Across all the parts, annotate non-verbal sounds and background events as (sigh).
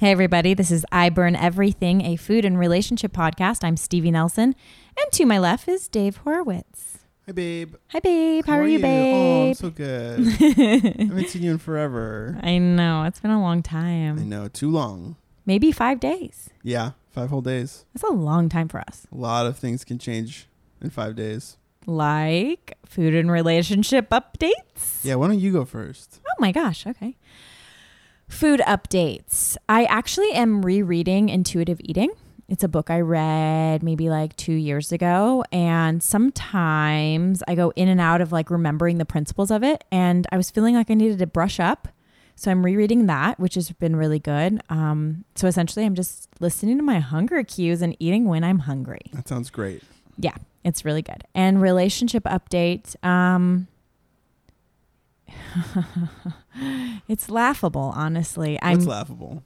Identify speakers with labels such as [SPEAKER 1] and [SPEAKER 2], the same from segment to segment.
[SPEAKER 1] everybody. This is I Burn Everything, a food and relationship podcast. I'm Stevie Nelson. And to my left is Dave Horowitz.
[SPEAKER 2] Hi, babe.
[SPEAKER 1] Hi, babe. How, are, you,
[SPEAKER 2] Oh, I'm
[SPEAKER 1] babe?
[SPEAKER 2] so good. I
[SPEAKER 1] (laughs)
[SPEAKER 2] haven't seen you in forever.
[SPEAKER 1] I know. It's been a long
[SPEAKER 2] I
[SPEAKER 1] time.
[SPEAKER 2] know, too long.
[SPEAKER 1] Maybe five days.
[SPEAKER 2] Yeah, five whole days.
[SPEAKER 1] That's a long time for us.
[SPEAKER 2] A lot of things can change in five days.
[SPEAKER 1] Like food and relationship updates.
[SPEAKER 2] Yeah, why don't you go first?
[SPEAKER 1] Oh my gosh. Okay. Food updates. I actually am rereading Intuitive Eating. It's a book I read maybe like two years ago. And sometimes I go in and out of like remembering the principles of it. And I was feeling like I needed to brush up. So I'm rereading that, which has been really good. Um, so essentially, I'm just listening to my hunger cues and eating when I'm hungry.
[SPEAKER 2] That sounds great.
[SPEAKER 1] Yeah, it's really good. And relationship update. Um, (laughs) it's laughable, honestly. I'm
[SPEAKER 2] That's laughable.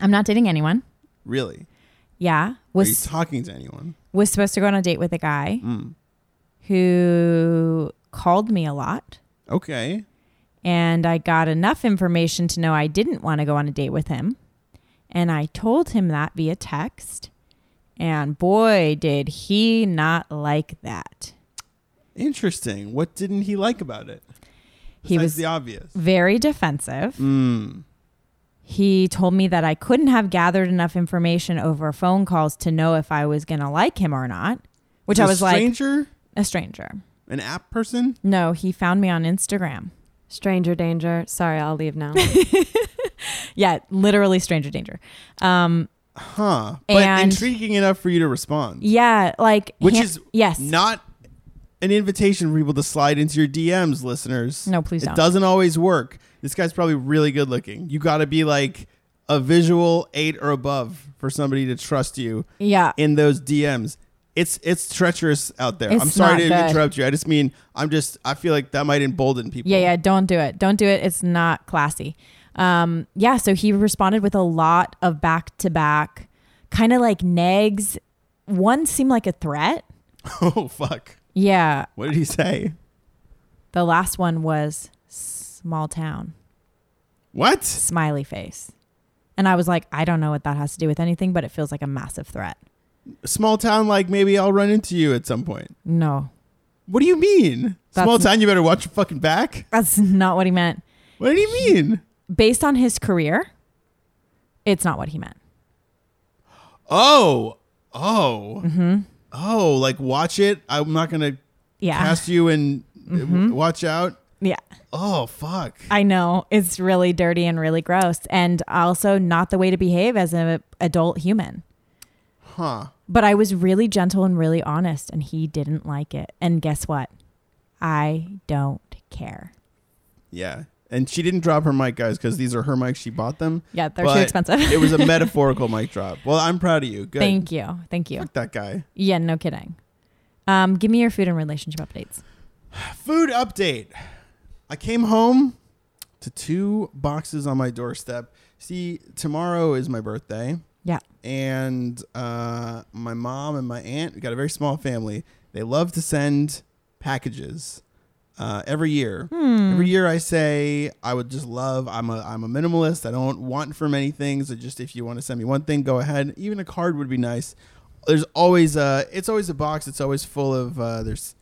[SPEAKER 1] I'm not dating anyone.
[SPEAKER 2] Really?
[SPEAKER 1] Yeah,
[SPEAKER 2] Are you
[SPEAKER 1] was
[SPEAKER 2] talking to anyone?
[SPEAKER 1] was supposed to go on a date with a guy
[SPEAKER 2] Mm.
[SPEAKER 1] who called me a lot,
[SPEAKER 2] Okay.
[SPEAKER 1] and I got enough information to know I didn't want to go on a date with him, and I told him that via text, and boy did he not like that.
[SPEAKER 2] Interesting. What didn't he like about it?
[SPEAKER 1] He
[SPEAKER 2] Besides
[SPEAKER 1] was-
[SPEAKER 2] the obvious.
[SPEAKER 1] Very defensive.
[SPEAKER 2] Mm.
[SPEAKER 1] He told me that I couldn't have gathered enough information over phone calls to know if I was going to like him or not, which
[SPEAKER 2] a
[SPEAKER 1] I was like,
[SPEAKER 2] stranger?
[SPEAKER 1] a stranger.
[SPEAKER 2] An app person?
[SPEAKER 1] No, he found me on Instagram.
[SPEAKER 3] Stranger danger. Sorry, I'll leave (laughs) now.
[SPEAKER 1] Yeah, literally stranger danger. Um,
[SPEAKER 2] Huh. But
[SPEAKER 1] And-
[SPEAKER 2] intriguing enough for you to respond.
[SPEAKER 1] yeah, like
[SPEAKER 2] Which
[SPEAKER 1] han-
[SPEAKER 2] is
[SPEAKER 1] yes.
[SPEAKER 2] not an invitation for people to slide into your DMs, listeners.
[SPEAKER 1] No, please
[SPEAKER 2] it
[SPEAKER 1] don't.
[SPEAKER 2] doesn't always work. This guy's probably really good looking. You got to be like a visual eight or above for somebody to trust you
[SPEAKER 1] yeah,
[SPEAKER 2] in those DMs. It's it's treacherous out there.
[SPEAKER 1] It's
[SPEAKER 2] I'm sorry to
[SPEAKER 1] not good.
[SPEAKER 2] interrupt you. I just mean I'm just I feel like that might embolden people.
[SPEAKER 1] yeah, yeah. Don't do it. Don't do it. It's not classy. Um, yeah. So he responded with a lot of back to back, kind of like negs. One seemed like a threat.
[SPEAKER 2] (laughs) oh fuck.
[SPEAKER 1] Yeah.
[SPEAKER 2] What did he say?
[SPEAKER 1] The last one was small town.
[SPEAKER 2] What?
[SPEAKER 1] smiley face. And I was like, I don't know what that has to do with anything, but it feels like a massive threat.
[SPEAKER 2] Small town like maybe I'll run into you at some point.
[SPEAKER 1] No,
[SPEAKER 2] What do you mean?
[SPEAKER 1] That's-
[SPEAKER 2] Small town you better watch your fucking back?
[SPEAKER 1] that's (laughs) not what he meant.
[SPEAKER 2] What do you mean?
[SPEAKER 1] Based on his career, it's not what he meant.
[SPEAKER 2] Oh, oh, oh! Like watch it. I'm not gonna
[SPEAKER 1] Mm-hmm. Yeah. Mm-hmm.
[SPEAKER 2] cast you and uh, w- watch out.
[SPEAKER 1] (laughs) yeah.
[SPEAKER 2] Oh fuck!
[SPEAKER 1] I know. It's really dirty and really gross and also not the way to behave as an adult human.
[SPEAKER 2] Huh?
[SPEAKER 1] But I was really gentle and really honest and he didn't like it. And guess what? I don't care.
[SPEAKER 2] Yeah. And she didn't drop her mic, guys, because these are her mics. She bought them.
[SPEAKER 1] Yeah, they're too
[SPEAKER 2] But
[SPEAKER 1] expensive.
[SPEAKER 2] it was a metaphorical mic drop. Well, I'm proud of you. Good.
[SPEAKER 1] (laughs) Thank you. Thank you.
[SPEAKER 2] Fuck that guy.
[SPEAKER 1] Yeah, no kidding. Um, give me your food and relationship updates.
[SPEAKER 2] Food update. I came home to two boxes on my doorstep. See, tomorrow is my birthday.
[SPEAKER 1] Yeah.
[SPEAKER 2] and uh, my mom and my aunt we got a very small family they love to send packages uh, every year every year i say i would just love i'm a i'm a minimalist i don't want for many things I just if you want to send me one thing go ahead even a card would be nice there's always a it's always a box it's always full of uh, there's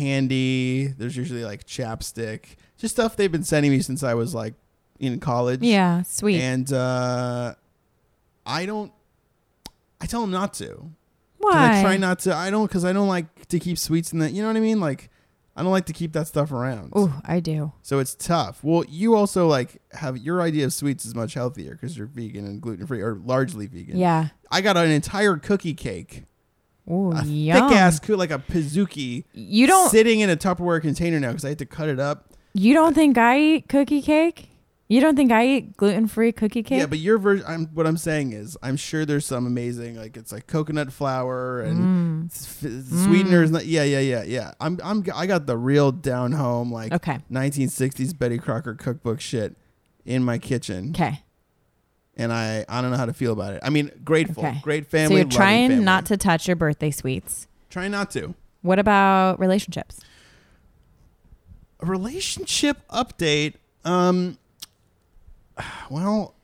[SPEAKER 2] candy there's usually like chapstick just stuff they've been sending me since i was like in college
[SPEAKER 1] Yeah, sweet.
[SPEAKER 2] and uh, I don't. I tell them not to. 'Cause
[SPEAKER 1] Why?
[SPEAKER 2] I try not to. I don't because I don't like to keep sweets in that. You know what I mean? Like, I don't like to keep that stuff around.
[SPEAKER 1] oh, I do.
[SPEAKER 2] So it's tough. Well, you also like have your idea of sweets is much healthier because you're vegan and gluten free or largely vegan.
[SPEAKER 1] Yeah.
[SPEAKER 2] I got an entire cookie cake,
[SPEAKER 1] Ooh,
[SPEAKER 2] a
[SPEAKER 1] yum.
[SPEAKER 2] thick ass coo- like a pizookie.
[SPEAKER 1] You don't.
[SPEAKER 2] sitting in a Tupperware container now because I had to cut it up.
[SPEAKER 1] You don't think I eat cookie cake? You don't think I eat gluten free cookie cake?
[SPEAKER 2] Yeah, but your version. I'm what I'm saying is, I'm sure there's some amazing like it's like coconut flour
[SPEAKER 1] Mm.
[SPEAKER 2] and s- f- sweeteners. and- Yeah, yeah, yeah, yeah. I'm I'm I got the real down home like
[SPEAKER 1] Okay.
[SPEAKER 2] 1960s Betty Crocker cookbook shit in my kitchen,
[SPEAKER 1] okay.
[SPEAKER 2] and I I don't know how to feel about it. I mean, grateful,
[SPEAKER 1] Okay.
[SPEAKER 2] great
[SPEAKER 1] So
[SPEAKER 2] family.
[SPEAKER 1] you're
[SPEAKER 2] loving
[SPEAKER 1] trying
[SPEAKER 2] family.
[SPEAKER 1] not to touch your birthday sweets.
[SPEAKER 2] try not to.
[SPEAKER 1] What about relationships?
[SPEAKER 2] A relationship update. Um, well,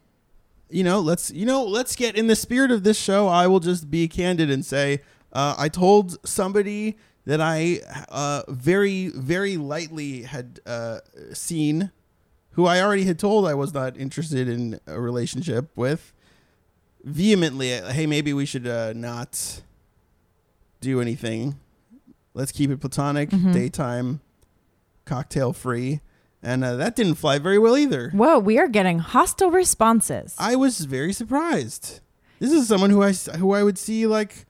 [SPEAKER 2] you know, let's you know, let's get in the spirit of this show. I will just be candid and say, uh, I told somebody that I uh, very very lightly had uh, seen, who I already had told I was not interested in a relationship with, vehemently, uh, hey, maybe we should uh, not do anything. Let's keep it platonic, daytime, cocktail free, and uh, that didn't fly very well either.
[SPEAKER 1] Whoa, we are getting hostile responses.
[SPEAKER 2] I was very surprised. This is someone who I s- who I would see like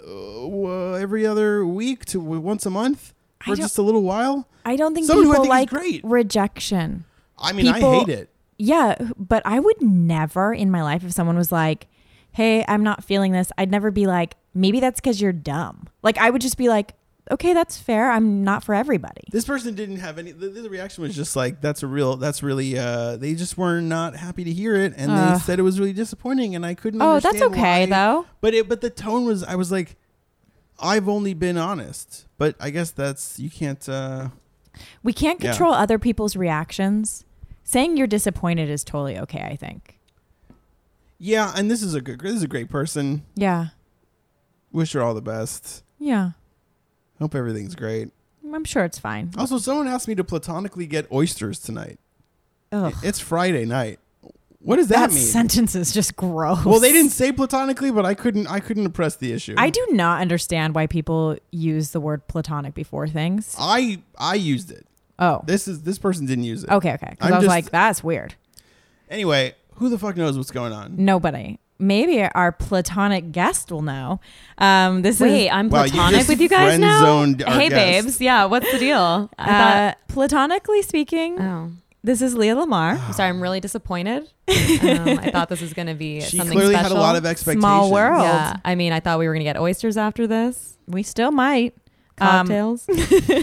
[SPEAKER 2] uh, w- every other week to w- once a month
[SPEAKER 1] I
[SPEAKER 2] for
[SPEAKER 1] don't-
[SPEAKER 2] just a little while.
[SPEAKER 1] I don't think
[SPEAKER 2] Someone who I
[SPEAKER 1] people like
[SPEAKER 2] think is great.
[SPEAKER 1] rejection.
[SPEAKER 2] I mean, I
[SPEAKER 1] People-
[SPEAKER 2] hate it.
[SPEAKER 1] Yeah, but I would never in my life if someone was like, "Hey, I'm not feeling this." I'd never be like, "Maybe that's cuz you're dumb." Like I would just be like, "Okay, that's fair. I'm not for everybody."
[SPEAKER 2] This person didn't have any. The, the reaction was just like, "That's a real. That's really. Uh, they just were not happy to hear it, and they
[SPEAKER 1] Ugh.
[SPEAKER 2] said it was really disappointing, and I couldn't.
[SPEAKER 1] Oh, that's
[SPEAKER 2] understand
[SPEAKER 1] okay
[SPEAKER 2] why.
[SPEAKER 1] though.
[SPEAKER 2] But it. But the tone was. I was like, I've only been honest, but I guess that's you can't. uh
[SPEAKER 1] We can't
[SPEAKER 2] Yeah.
[SPEAKER 1] control other people's reactions. Saying you're disappointed is totally okay, I think.
[SPEAKER 2] Yeah, and this is a good. This is a great person.
[SPEAKER 1] Yeah.
[SPEAKER 2] Wish her all the best.
[SPEAKER 1] Yeah.
[SPEAKER 2] Hope everything's great.
[SPEAKER 1] I'm sure it's fine.
[SPEAKER 2] Also, someone asked me to platonically get oysters tonight.
[SPEAKER 1] Ugh.
[SPEAKER 2] It's Friday night. What does that, mean?
[SPEAKER 1] sentence is just gross.
[SPEAKER 2] well, they didn't say platonically, but I couldn't. I couldn't press the issue.
[SPEAKER 1] (laughs) I do not understand why people use the word platonic before things.
[SPEAKER 2] I I used it.
[SPEAKER 1] Oh,
[SPEAKER 2] This is this person didn't use it.
[SPEAKER 3] Oh.
[SPEAKER 1] okay, okay. Because
[SPEAKER 2] Uh, I'm
[SPEAKER 1] I was
[SPEAKER 2] just-
[SPEAKER 1] like, that's weird.
[SPEAKER 2] Anyway, who the fuck knows what's going on?
[SPEAKER 1] Nobody. Maybe our platonic guest will know. Um, this
[SPEAKER 3] Wait,
[SPEAKER 1] is
[SPEAKER 3] I'm
[SPEAKER 2] Wow, you
[SPEAKER 3] platonic
[SPEAKER 2] just
[SPEAKER 3] with you guys now.
[SPEAKER 2] friend-zoned our
[SPEAKER 3] hey,
[SPEAKER 2] guest.
[SPEAKER 3] babes. Yeah, what's the deal? I
[SPEAKER 1] uh, platonically
[SPEAKER 3] thought,
[SPEAKER 1] speaking.
[SPEAKER 3] oh,
[SPEAKER 1] This is Leah Lamar.
[SPEAKER 3] I'm sorry. I'm really (laughs) disappointed. um, I thought this was going to be
[SPEAKER 2] She
[SPEAKER 3] something
[SPEAKER 2] clearly
[SPEAKER 3] special.
[SPEAKER 2] had a lot of expectations.
[SPEAKER 1] world.
[SPEAKER 3] Yeah, I mean, I thought we were going to get oysters after this.
[SPEAKER 1] We still might. (laughs) Um,
[SPEAKER 3] Cocktails.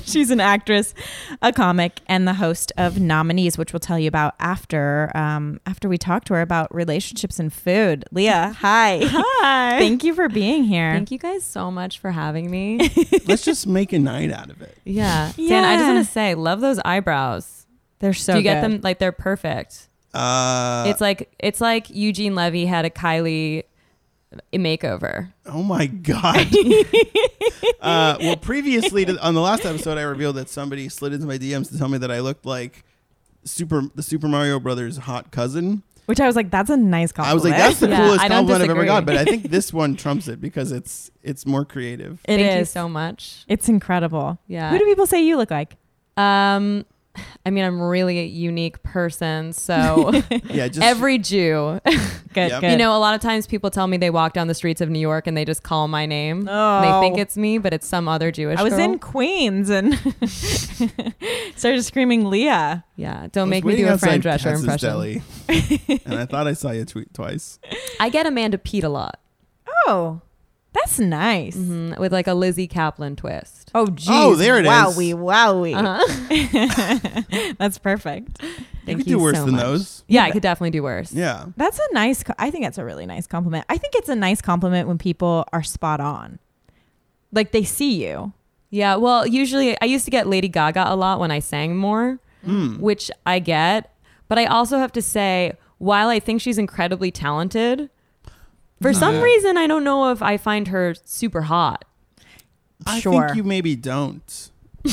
[SPEAKER 1] She's an actress, a comic, and the host of Nominees, which we'll tell you about after um, after we talk to her about relationships and food. Leah, hi.
[SPEAKER 3] (laughs) Hi.
[SPEAKER 1] (laughs) Thank you for being here.
[SPEAKER 3] Thank you guys so much for having (laughs) me.
[SPEAKER 2] Let's just make a night out
[SPEAKER 3] (laughs)
[SPEAKER 2] of it.
[SPEAKER 3] yeah. Dan, I just
[SPEAKER 1] Yeah.
[SPEAKER 3] want to say, love those eyebrows.
[SPEAKER 1] They're so
[SPEAKER 3] Do you get
[SPEAKER 1] good.
[SPEAKER 3] them? Like, they're perfect.
[SPEAKER 2] Uh,
[SPEAKER 3] it's like it's like Eugene Levy had a Kylie makeover.
[SPEAKER 2] Oh my
[SPEAKER 3] (laughs)
[SPEAKER 2] god! uh, well, previously to, on the last episode, I revealed that somebody slid into my DMs to tell me that I looked like super the Super Mario Brothers hot cousin.
[SPEAKER 1] Which I was like, that's a nice compliment.
[SPEAKER 2] I was like, that's the
[SPEAKER 3] Yeah,
[SPEAKER 2] coolest
[SPEAKER 3] I don't
[SPEAKER 2] compliment I've ever
[SPEAKER 3] disagree.
[SPEAKER 2] got, but I think
[SPEAKER 3] (laughs)
[SPEAKER 2] this one trumps it because it's it's more creative.
[SPEAKER 1] It
[SPEAKER 3] Thank you
[SPEAKER 1] is.
[SPEAKER 3] so Uh, much.
[SPEAKER 1] It's incredible.
[SPEAKER 3] Yeah.
[SPEAKER 1] Who do people say you look like?
[SPEAKER 3] um I mean I'm really a unique person,
[SPEAKER 1] (laughs)
[SPEAKER 3] so
[SPEAKER 2] Yeah, just
[SPEAKER 3] (laughs) every Jew. (laughs)
[SPEAKER 1] Good,
[SPEAKER 2] Yep.
[SPEAKER 1] good.
[SPEAKER 3] You know, a lot of times people tell me they walk down the streets of New York and they just call my name.
[SPEAKER 1] Oh.
[SPEAKER 3] They think it's me, but it's some other Jewish
[SPEAKER 1] I was
[SPEAKER 3] girl.
[SPEAKER 1] in Queens and (laughs) started screaming Leah.
[SPEAKER 3] Yeah,
[SPEAKER 2] I
[SPEAKER 3] don't
[SPEAKER 2] was
[SPEAKER 3] make me
[SPEAKER 2] waiting
[SPEAKER 3] do a
[SPEAKER 2] outside
[SPEAKER 3] Fran Drescher
[SPEAKER 2] Katz's
[SPEAKER 3] impression.
[SPEAKER 2] Deli,
[SPEAKER 3] (laughs)
[SPEAKER 2] and I thought I saw you tweet twice.
[SPEAKER 3] I get Amanda Pete a lot
[SPEAKER 1] Oh, that's nice.
[SPEAKER 3] mhm, with like a Lizzie Kaplan twist.
[SPEAKER 1] Oh, geez.
[SPEAKER 2] Oh, there it is.
[SPEAKER 1] Wowie, wowie.
[SPEAKER 3] Uh-huh. (laughs)
[SPEAKER 1] That's perfect.
[SPEAKER 2] you
[SPEAKER 3] Thank
[SPEAKER 2] could do worse
[SPEAKER 3] so
[SPEAKER 2] than
[SPEAKER 3] much.
[SPEAKER 2] those.
[SPEAKER 3] Yeah, I could definitely do worse.
[SPEAKER 2] Yeah,
[SPEAKER 1] (laughs) That's a nice, co- I think it's a really nice compliment. I think it's a nice compliment when people are spot on. Like they see you.
[SPEAKER 3] Yeah, well, usually I used to get Lady Gaga a lot when I sang more,
[SPEAKER 2] Hmm.
[SPEAKER 3] which I get. But I also have to say, while I think she's incredibly talented, for some
[SPEAKER 2] Yeah.
[SPEAKER 3] reason, I don't know if I find her super hot.
[SPEAKER 2] I
[SPEAKER 1] Sure.
[SPEAKER 2] think you maybe don't.
[SPEAKER 3] (laughs)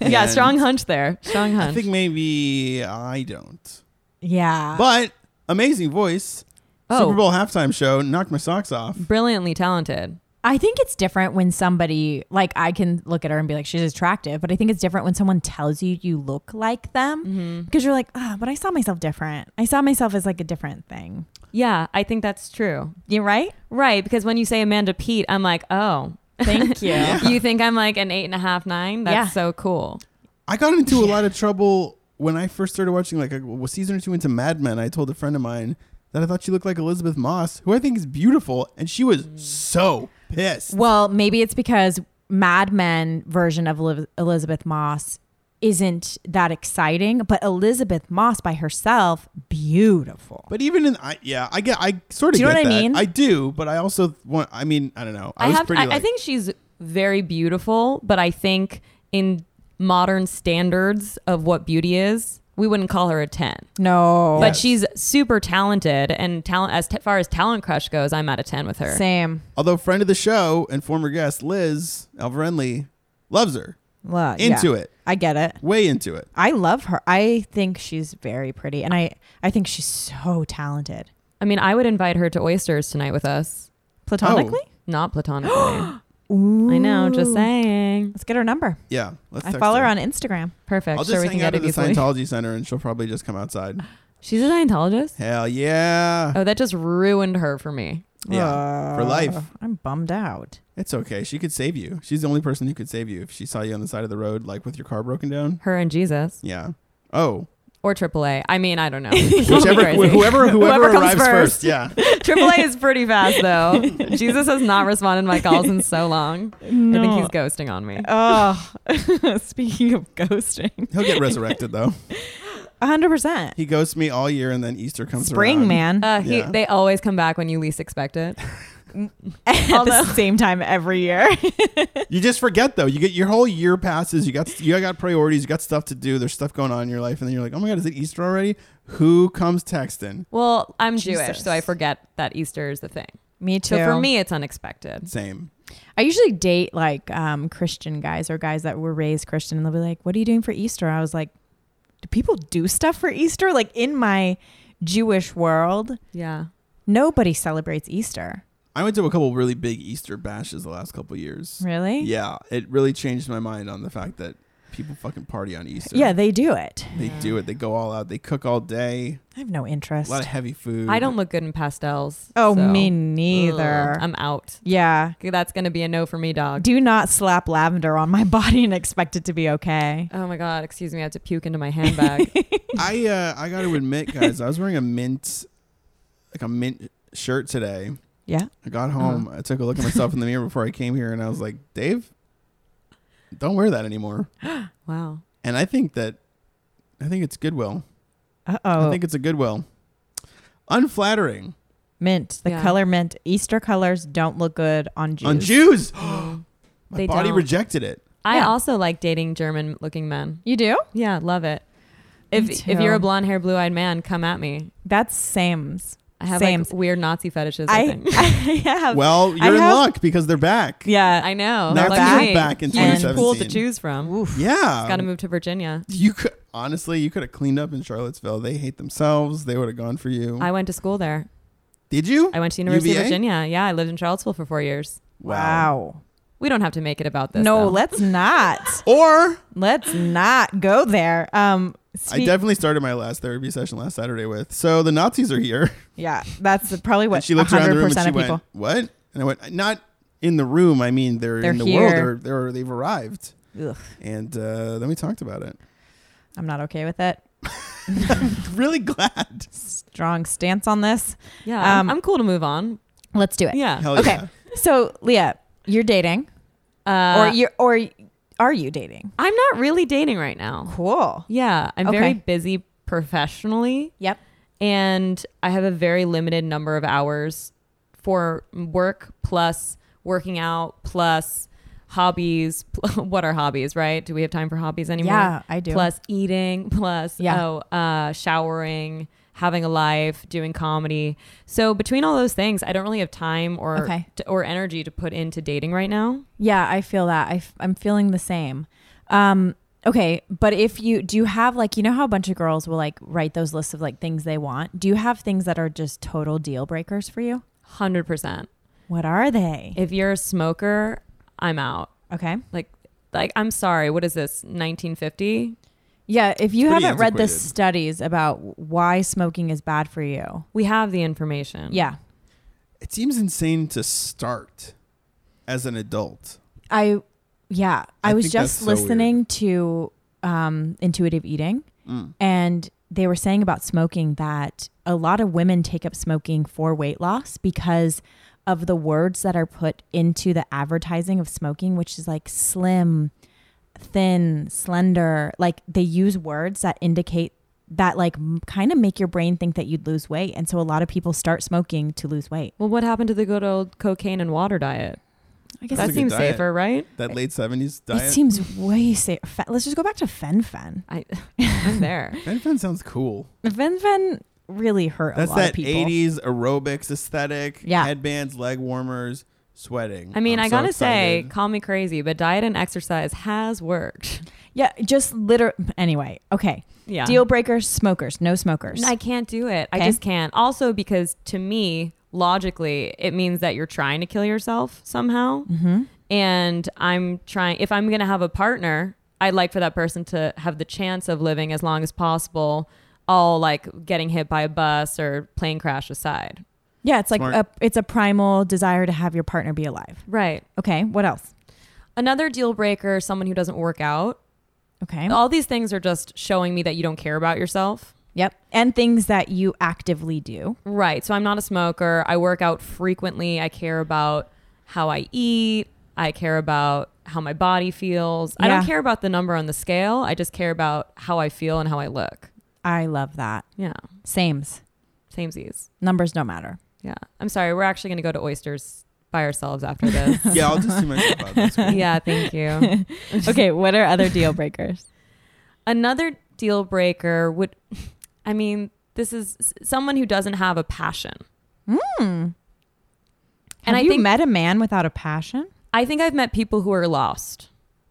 [SPEAKER 3] Yeah,
[SPEAKER 2] And
[SPEAKER 3] strong hunch there. Strong
[SPEAKER 2] I
[SPEAKER 3] hunch.
[SPEAKER 2] think maybe I don't.
[SPEAKER 1] Yeah.
[SPEAKER 2] But amazing voice.
[SPEAKER 3] Oh.
[SPEAKER 2] Super Bowl halftime show knocked my socks off.
[SPEAKER 3] Brilliantly talented.
[SPEAKER 1] I think it's different when somebody like I can look at her and be like she's attractive, but I think it's different when someone tells you you look like them because you're like, ah, but I saw myself different. I saw myself as like a different thing.
[SPEAKER 3] Yeah, I think that's true.
[SPEAKER 1] You right?
[SPEAKER 3] Right, because when you say Amanda Pete, I'm like, oh,
[SPEAKER 1] Thank you.
[SPEAKER 3] you think I'm like an eight and a half, nine? That's
[SPEAKER 1] Yeah.
[SPEAKER 3] so cool.
[SPEAKER 2] I got into a lot of trouble when I first started watching like a a season or two into Mad Men. I told a friend of mine that I thought she looked like Elizabeth Moss, who I think is beautiful, and she was
[SPEAKER 1] Mm.
[SPEAKER 2] so pissed.
[SPEAKER 1] Well, maybe it's because Mad Men version of Eliz- Elizabeth Moss isn't that exciting, but Elizabeth Moss by herself, beautiful.
[SPEAKER 2] But even in I, yeah, I get I sort of
[SPEAKER 1] Do you know
[SPEAKER 2] get
[SPEAKER 1] what I
[SPEAKER 2] that.
[SPEAKER 1] mean?
[SPEAKER 2] I do, but I also want. I mean, I don't know. I,
[SPEAKER 3] I,
[SPEAKER 2] was
[SPEAKER 3] have.
[SPEAKER 2] pretty.
[SPEAKER 3] I, I
[SPEAKER 2] like-
[SPEAKER 3] think she's very beautiful, but I think in modern standards of what beauty is, we wouldn't call her a 10.
[SPEAKER 1] No.
[SPEAKER 3] But
[SPEAKER 2] Yes.
[SPEAKER 3] she's super talented, and talent as t- far as talent crush goes, I'm at a 10 with her.
[SPEAKER 1] Same.
[SPEAKER 2] Although friend of the show and former guest Liz Alvarenli loves her,
[SPEAKER 1] Lo- yeah.
[SPEAKER 2] into it,
[SPEAKER 1] I get it.
[SPEAKER 2] way into it.
[SPEAKER 1] I love her. I think she's very pretty, and I I think she's so talented.
[SPEAKER 3] I mean, I would invite her to oysters tonight with us,
[SPEAKER 1] Platonically,
[SPEAKER 2] Oh.
[SPEAKER 1] (gasps)
[SPEAKER 3] not platonically. I
[SPEAKER 1] Ooh.
[SPEAKER 3] know, just saying.
[SPEAKER 1] Let's get her number.
[SPEAKER 2] Yeah, let's.
[SPEAKER 1] I
[SPEAKER 2] text
[SPEAKER 1] follow her on Instagram.
[SPEAKER 3] Perfect.
[SPEAKER 2] I'll
[SPEAKER 3] sure,
[SPEAKER 2] just
[SPEAKER 3] we
[SPEAKER 2] hang
[SPEAKER 3] can
[SPEAKER 2] out
[SPEAKER 3] get
[SPEAKER 2] at
[SPEAKER 3] it
[SPEAKER 2] the
[SPEAKER 3] easily.
[SPEAKER 2] Scientology Center, and she'll probably just
[SPEAKER 1] (laughs)
[SPEAKER 2] come outside.
[SPEAKER 3] She's a
[SPEAKER 2] (laughs)
[SPEAKER 3] Scientologist.
[SPEAKER 2] Hell yeah,
[SPEAKER 3] Oh, that just ruined her for me.
[SPEAKER 2] yeah, for
[SPEAKER 1] Uh,
[SPEAKER 2] life.
[SPEAKER 1] I'm bummed out.
[SPEAKER 2] It's okay. She could save you. She's the only person who could save you if she saw you on the side of the road, like with your car broken down.
[SPEAKER 3] Her and Jesus
[SPEAKER 2] Yeah.
[SPEAKER 1] (laughs)
[SPEAKER 2] Oh,
[SPEAKER 3] or AAA. I mean, I don't
[SPEAKER 2] (laughs)
[SPEAKER 3] know.
[SPEAKER 2] whichever,
[SPEAKER 3] Crazy.
[SPEAKER 2] wh- whoever,
[SPEAKER 1] Whoever
[SPEAKER 2] whoever,
[SPEAKER 1] comes
[SPEAKER 2] arrives
[SPEAKER 1] first.
[SPEAKER 2] first. Yeah.
[SPEAKER 3] AAA is pretty fast though. Jesus has not responded to my calls in so long. I think he's ghosting on
[SPEAKER 1] (laughs)
[SPEAKER 3] me.
[SPEAKER 1] Oh, speaking of ghosting,
[SPEAKER 2] He'll get resurrected
[SPEAKER 1] (laughs)
[SPEAKER 2] though.
[SPEAKER 1] hundred percent.
[SPEAKER 2] He ghosts me all year, and then Easter comes.
[SPEAKER 1] Spring
[SPEAKER 2] around.
[SPEAKER 1] man
[SPEAKER 3] Uh, he,
[SPEAKER 2] Yeah.
[SPEAKER 3] They always come back when you least expect it.
[SPEAKER 1] (laughs) at the same time every (laughs) year.
[SPEAKER 2] You just forget though. You get your whole year passes. You got you got priorities. You got stuff to do. There's stuff going on in your life, and then you're like, oh my god, is it Easter already? Who comes texting?
[SPEAKER 3] Well, I'm Jewish,
[SPEAKER 1] Jesus.
[SPEAKER 3] so I forget that Easter is the thing.
[SPEAKER 1] Me too.
[SPEAKER 3] So for me, it's unexpected.
[SPEAKER 2] Same.
[SPEAKER 1] I usually date like um, Christian guys or guys that were raised Christian, and they'll be like, "What are you doing for Easter?" I was like, "Do people do stuff for Easter?" Like in my Jewish world,
[SPEAKER 3] Yeah.
[SPEAKER 1] nobody celebrates Easter.
[SPEAKER 2] I went to a couple really big Easter bashes the last couple years.
[SPEAKER 1] Really?
[SPEAKER 2] Yeah, it really changed my mind on the fact that people fucking party on Easter.
[SPEAKER 1] Yeah, they do it.
[SPEAKER 2] they do it. They go all out. They cook all day.
[SPEAKER 1] I have no
[SPEAKER 2] A
[SPEAKER 1] interest.
[SPEAKER 2] lot of heavy food.
[SPEAKER 3] I don't look good in pastels.
[SPEAKER 1] oh,
[SPEAKER 3] so-
[SPEAKER 1] me
[SPEAKER 3] Ugh,
[SPEAKER 1] neither.
[SPEAKER 3] I'm out.
[SPEAKER 1] yeah.
[SPEAKER 3] That's going to be a no for me, dog.
[SPEAKER 1] Do not slap lavender on my (laughs) body and expect it to be okay.
[SPEAKER 3] Oh my God. Excuse me. I have to puke into my handbag.
[SPEAKER 1] (laughs)
[SPEAKER 2] I uh, I got to admit, guys, I was wearing a mint, like a mint shirt today.
[SPEAKER 1] Yeah. Uh-huh.
[SPEAKER 2] I got home. I took a look at myself in the mirror before I came here, and I was like, Dave, don't wear that anymore.
[SPEAKER 3] wow.
[SPEAKER 2] And I think that, I think it's goodwill.
[SPEAKER 1] Uh oh.
[SPEAKER 2] I think it's a goodwill. Unflattering
[SPEAKER 1] Mint. The
[SPEAKER 3] Yeah.
[SPEAKER 1] color mint. Easter colors don't look good on Jews.
[SPEAKER 2] on Jews. My
[SPEAKER 3] They
[SPEAKER 2] body
[SPEAKER 3] don't.
[SPEAKER 2] rejected it.
[SPEAKER 3] I
[SPEAKER 1] Yeah.
[SPEAKER 3] also like dating German looking men.
[SPEAKER 1] you do?
[SPEAKER 3] Yeah, love it.
[SPEAKER 1] Me
[SPEAKER 3] If if you're
[SPEAKER 1] too.
[SPEAKER 3] a blonde haired, blue eyed man, come at me.
[SPEAKER 1] That's Sam's. (laughs)
[SPEAKER 3] I have
[SPEAKER 1] Same.
[SPEAKER 3] like weird Nazi fetishes. I,
[SPEAKER 1] I,
[SPEAKER 3] think.
[SPEAKER 1] I have.
[SPEAKER 2] Well, you're
[SPEAKER 1] I
[SPEAKER 2] in
[SPEAKER 1] have-
[SPEAKER 2] luck because they're back.
[SPEAKER 1] (laughs) yeah.
[SPEAKER 3] I know.
[SPEAKER 2] Now
[SPEAKER 3] Lucky
[SPEAKER 1] back-
[SPEAKER 3] me.
[SPEAKER 2] back in Um,
[SPEAKER 3] Huge pool to
[SPEAKER 2] 2017.
[SPEAKER 3] choose from.
[SPEAKER 2] Yeah.
[SPEAKER 3] Got to move to Virginia.
[SPEAKER 2] You could honestly, you could have cleaned up in Charlottesville. They hate themselves. They would have gone for you.
[SPEAKER 3] I went to school there.
[SPEAKER 2] Did you?
[SPEAKER 3] I went to University
[SPEAKER 2] UVA?
[SPEAKER 3] of Virginia. Yeah, I lived in Charlottesville for four years.
[SPEAKER 1] wow.
[SPEAKER 3] We don't have to make it about this.
[SPEAKER 1] No,
[SPEAKER 3] though.
[SPEAKER 1] let's not.
[SPEAKER 2] Or
[SPEAKER 1] let's not go there. Um,
[SPEAKER 2] I
[SPEAKER 1] speak-
[SPEAKER 2] definitely started my last therapy session last Saturday with. So the Nazis are here.
[SPEAKER 1] yeah, that's probably
[SPEAKER 2] and
[SPEAKER 1] what
[SPEAKER 2] she looked around the
[SPEAKER 1] hundred
[SPEAKER 2] room and
[SPEAKER 1] percent
[SPEAKER 2] she
[SPEAKER 1] of people.
[SPEAKER 2] went, "What?" And I went, "Not in the room. I mean, they're,
[SPEAKER 1] They're
[SPEAKER 2] in the
[SPEAKER 1] here.
[SPEAKER 2] world. They're, they're they've arrived."
[SPEAKER 1] Ugh,
[SPEAKER 2] And uh, then we talked about
[SPEAKER 1] (laughs)
[SPEAKER 2] it. (laughs)
[SPEAKER 1] I'm not okay with it.
[SPEAKER 2] Really glad.
[SPEAKER 1] Strong stance on this.
[SPEAKER 3] Yeah, I'm-
[SPEAKER 1] Um,
[SPEAKER 3] I'm, cool to move on.
[SPEAKER 1] Let's do it.
[SPEAKER 3] Yeah.
[SPEAKER 2] Hell
[SPEAKER 1] Okay.
[SPEAKER 2] yeah.
[SPEAKER 1] So, Leah, you're dating,
[SPEAKER 3] Uh,
[SPEAKER 1] or e- you are or are you dating?
[SPEAKER 3] I'm not really dating right now.
[SPEAKER 1] Cool.
[SPEAKER 3] Yeah, I'm very
[SPEAKER 1] Okay.
[SPEAKER 3] busy professionally,
[SPEAKER 1] Yep.
[SPEAKER 3] and I have a very limited number of hours for work plus working out plus hobbies. (laughs) what are hobbies, right? Do we have time for hobbies anymore?
[SPEAKER 1] Yeah, I do.
[SPEAKER 3] Plus eating, (laughs) plus
[SPEAKER 1] Yeah.
[SPEAKER 3] oh, uh, showering, having a life, doing comedy. So between all those things, I don't really have time or
[SPEAKER 1] Okay.
[SPEAKER 3] t- or energy to put into dating right now.
[SPEAKER 1] Yeah, I feel that. I f- I'm feeling the same. Um, okay, but if you do you have like you know how a bunch of girls will like write those lists of like things they want. Do you have things that are just total deal breakers for you?
[SPEAKER 3] Hundred percent.
[SPEAKER 1] What are they?
[SPEAKER 3] If you're a smoker, I'm out.
[SPEAKER 1] Okay.
[SPEAKER 3] Like, like I'm sorry. What is this? 1950?
[SPEAKER 1] Yeah, if you
[SPEAKER 2] It's pretty
[SPEAKER 1] haven't read the
[SPEAKER 2] antiquated.
[SPEAKER 1] studies about why smoking is bad for you.
[SPEAKER 3] We have the information.
[SPEAKER 1] Yeah.
[SPEAKER 2] It seems insane to start as an adult.
[SPEAKER 1] I yeah, I,
[SPEAKER 2] I
[SPEAKER 1] was
[SPEAKER 2] think
[SPEAKER 1] just
[SPEAKER 2] that's so
[SPEAKER 1] listening to um intuitive eating
[SPEAKER 2] Mm.
[SPEAKER 1] and they were saying about smoking that a lot of women take up smoking for weight loss because of the words that are put into the advertising of smoking which is like slim, thin, slender. Like they use words that indicate that like kind of make your brain think that you'd lose weight and so a lot of people start smoking to lose weight.
[SPEAKER 3] Well, what happened to the good old cocaine and water diet?
[SPEAKER 1] I guess
[SPEAKER 2] That's
[SPEAKER 3] that
[SPEAKER 2] a
[SPEAKER 1] it
[SPEAKER 2] good
[SPEAKER 1] seems,
[SPEAKER 3] seems
[SPEAKER 2] diet.
[SPEAKER 1] (laughs)
[SPEAKER 3] safer, right?
[SPEAKER 2] That late seventies
[SPEAKER 1] it
[SPEAKER 2] diet.
[SPEAKER 1] seems way safe. Fe- Let's just go back to Fen Fen.
[SPEAKER 3] I, I'm there.
[SPEAKER 2] Fen Fen sounds cool.
[SPEAKER 1] (laughs) Fen Fen really hurt
[SPEAKER 2] That's
[SPEAKER 1] a lot
[SPEAKER 2] that
[SPEAKER 1] of people.
[SPEAKER 2] eighties aerobics aesthetic.
[SPEAKER 1] Yeah.
[SPEAKER 2] Headbands, leg warmers, sweating.
[SPEAKER 3] I mean,
[SPEAKER 2] I'm
[SPEAKER 3] i
[SPEAKER 2] so
[SPEAKER 3] gotta say,
[SPEAKER 2] excited.
[SPEAKER 3] call me crazy, but diet and exercise has worked. (laughs)
[SPEAKER 1] Yeah, just liter. Anyway, okay.
[SPEAKER 3] Yeah.
[SPEAKER 1] Deal breakers, smokers, no smokers.
[SPEAKER 3] I can't do it.
[SPEAKER 1] Okay.
[SPEAKER 3] I just can't. Also, because to me, logically, it means that you're trying to kill yourself somehow.
[SPEAKER 1] Mm-hmm.
[SPEAKER 3] And I'm trying, if I'm going to have a partner, I'd like for that person to have the chance of living as long as possible, all like getting hit by a bus or plane crash aside.
[SPEAKER 1] yeah, it's like
[SPEAKER 2] Smart.
[SPEAKER 1] a, it's a primal desire to have your partner be alive.
[SPEAKER 3] Right.
[SPEAKER 1] Okay, what else?
[SPEAKER 3] Another deal breaker someone who doesn't work out.
[SPEAKER 1] Okay.
[SPEAKER 3] All these things are just showing me that you don't care about yourself.
[SPEAKER 1] Yep. And things that you actively do.
[SPEAKER 3] Right. So I'm not a smoker. I work out frequently. I care about how I eat. I care about how my body feels. I don't
[SPEAKER 1] Yeah.
[SPEAKER 3] care about the number on the scale. I just care about how I feel and how I look.
[SPEAKER 1] I love that.
[SPEAKER 3] Yeah.
[SPEAKER 1] Sames.
[SPEAKER 3] Samesies.
[SPEAKER 1] Numbers don't matter.
[SPEAKER 3] Yeah. I'm sorry. We're actually going to go to oysters by
[SPEAKER 1] (laughs)
[SPEAKER 3] ourselves after this.
[SPEAKER 2] Yeah, I'll just see myself out this week.
[SPEAKER 3] yeah. Thank you.
[SPEAKER 1] okay, what are other deal breakers?
[SPEAKER 3] Another deal breaker would, I mean, this is s- someone who doesn't have a passion.
[SPEAKER 1] And Hmm. have
[SPEAKER 3] And I
[SPEAKER 1] you
[SPEAKER 3] think-
[SPEAKER 1] met a man without a passion?
[SPEAKER 3] I think I've met people who are lost.